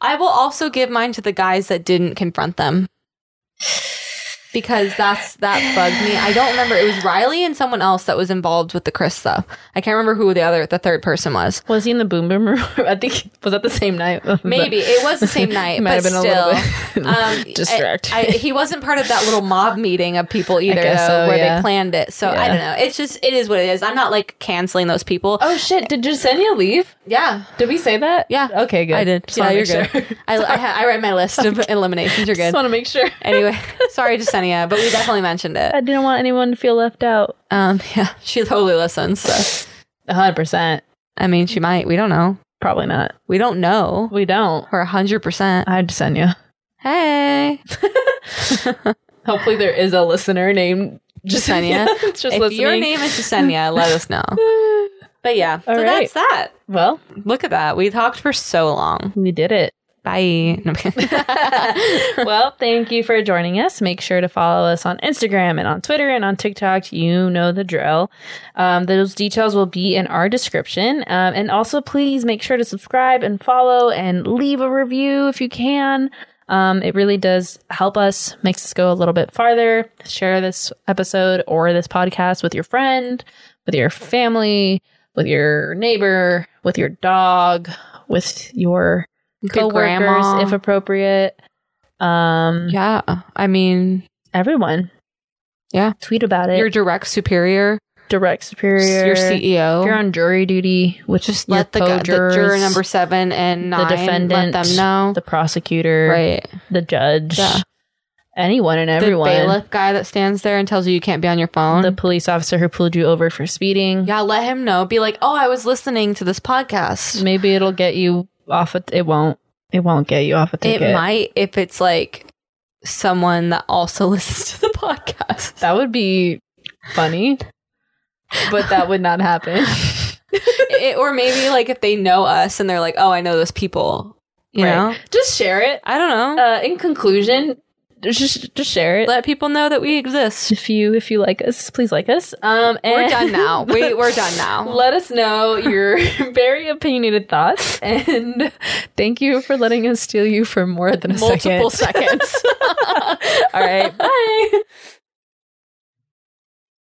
[SPEAKER 3] I will also give mine to the guys that didn't confront them. Because that's that bugged me. I don't remember. It was Riley and someone else that was involved with the Chris stuff. I can't remember who the other, the third person was.
[SPEAKER 2] was he in the boom boom room? (laughs) I think was that the same night. (laughs)
[SPEAKER 3] Maybe it was the same night,
[SPEAKER 2] Might have
[SPEAKER 3] but
[SPEAKER 2] been a
[SPEAKER 3] still,
[SPEAKER 2] little bit (laughs)
[SPEAKER 3] um, I-
[SPEAKER 2] distract.
[SPEAKER 3] I, he wasn't part of that little mob meeting of people either, though,
[SPEAKER 2] guess so,
[SPEAKER 3] where
[SPEAKER 2] yeah.
[SPEAKER 3] they planned it. So I
[SPEAKER 2] Yeah.
[SPEAKER 3] don't know. It's just it is what it is. I'm not like canceling those people.
[SPEAKER 2] Oh shit! Did Jasenia leave?
[SPEAKER 3] yeah,
[SPEAKER 2] Did we say that?
[SPEAKER 3] Yeah.
[SPEAKER 2] Okay. Good.
[SPEAKER 3] I did.
[SPEAKER 2] Just
[SPEAKER 3] yeah,
[SPEAKER 2] wanna
[SPEAKER 3] you're
[SPEAKER 2] make
[SPEAKER 3] good.
[SPEAKER 2] sure.
[SPEAKER 3] (laughs)
[SPEAKER 2] (laughs)
[SPEAKER 3] I, I, ha- I read my list of eliminations. You're good.
[SPEAKER 2] Just want to make sure.
[SPEAKER 3] Anyway, (laughs) sorry, Jasenia, but we definitely mentioned it.
[SPEAKER 2] I didn't want anyone to feel left out.
[SPEAKER 3] Um, (laughs) yeah, she totally listens. So.
[SPEAKER 2] 100%.
[SPEAKER 3] I mean, she might. We don't know.
[SPEAKER 2] Probably not.
[SPEAKER 3] We don't know.
[SPEAKER 2] We don't.
[SPEAKER 3] We're hundred percent.
[SPEAKER 2] I'd send you.
[SPEAKER 3] Hey,
[SPEAKER 2] Hopefully, there is a listener named Jasenia.
[SPEAKER 3] Jasenia.
[SPEAKER 2] (laughs) it's just
[SPEAKER 3] if your name is Jasenia, let us
[SPEAKER 2] (laughs)
[SPEAKER 3] know. But yeah,
[SPEAKER 2] All
[SPEAKER 3] so
[SPEAKER 2] right.
[SPEAKER 3] that's that.
[SPEAKER 2] well,
[SPEAKER 3] Look at that. We talked for so long.
[SPEAKER 2] we did it.
[SPEAKER 3] Bye. No,
[SPEAKER 2] (laughs)
[SPEAKER 3] I'm kidding.
[SPEAKER 2] well, thank you for joining us. Make sure to follow us on Instagram and on Twitter and on TikTok. You know the drill. Um, those details will be in our description. Um, and also, please make sure to subscribe and follow and leave a review if you can. Um, it really does help us, makes us go a little bit farther. Share this episode or this podcast with your friend, with your family, with your neighbor, with your dog, with your
[SPEAKER 3] Good
[SPEAKER 2] coworkers
[SPEAKER 3] grandma.
[SPEAKER 2] if appropriate. Um,
[SPEAKER 3] yeah. I mean,
[SPEAKER 2] everyone.
[SPEAKER 3] Yeah.
[SPEAKER 2] tweet about it.
[SPEAKER 3] your direct superior,
[SPEAKER 2] direct superior,
[SPEAKER 3] your
[SPEAKER 2] If you're
[SPEAKER 3] CEO.
[SPEAKER 2] on jury duty, which
[SPEAKER 3] Just
[SPEAKER 2] your
[SPEAKER 3] let the, gu- the
[SPEAKER 2] co-jurors,
[SPEAKER 3] juror number seven and
[SPEAKER 2] The
[SPEAKER 3] nine
[SPEAKER 2] defendant,
[SPEAKER 3] let them know.
[SPEAKER 2] the prosecutor,
[SPEAKER 3] right.
[SPEAKER 2] the judge,
[SPEAKER 3] Yeah.
[SPEAKER 2] anyone and everyone,
[SPEAKER 3] The bailiff guy that stands there and tells you you can't be on your phone.
[SPEAKER 2] the police officer who pulled you over for speeding.
[SPEAKER 3] yeah, let him know. Be like, oh, I was listening to this podcast.
[SPEAKER 2] Maybe it'll get you off. A, it won't. It won't get you off a
[SPEAKER 3] It
[SPEAKER 2] ticket.
[SPEAKER 3] might if it's like someone that also (laughs) listens to the podcast.
[SPEAKER 2] That would be funny, but that would not happen.
[SPEAKER 3] it, or maybe like if they know us and they're like, oh, I know those people. (laughs)
[SPEAKER 2] (laughs)
[SPEAKER 3] You
[SPEAKER 2] Right.
[SPEAKER 3] know,
[SPEAKER 2] Just share it.
[SPEAKER 3] I don't know.
[SPEAKER 2] uh, in conclusion, just just share it.
[SPEAKER 3] Let people know that we exist.
[SPEAKER 2] if you if you like us, please like us. (laughs) Um, and
[SPEAKER 3] Uh, We're done
[SPEAKER 2] (laughs)
[SPEAKER 3] now. We we're done now.
[SPEAKER 2] Let us know your (laughs) very opinionated thoughts, and thank you for letting us steal you for more than a (laughs)
[SPEAKER 3] (laughs) Multiple
[SPEAKER 2] second.
[SPEAKER 3] seconds.
[SPEAKER 2] (laughs) All right, bye.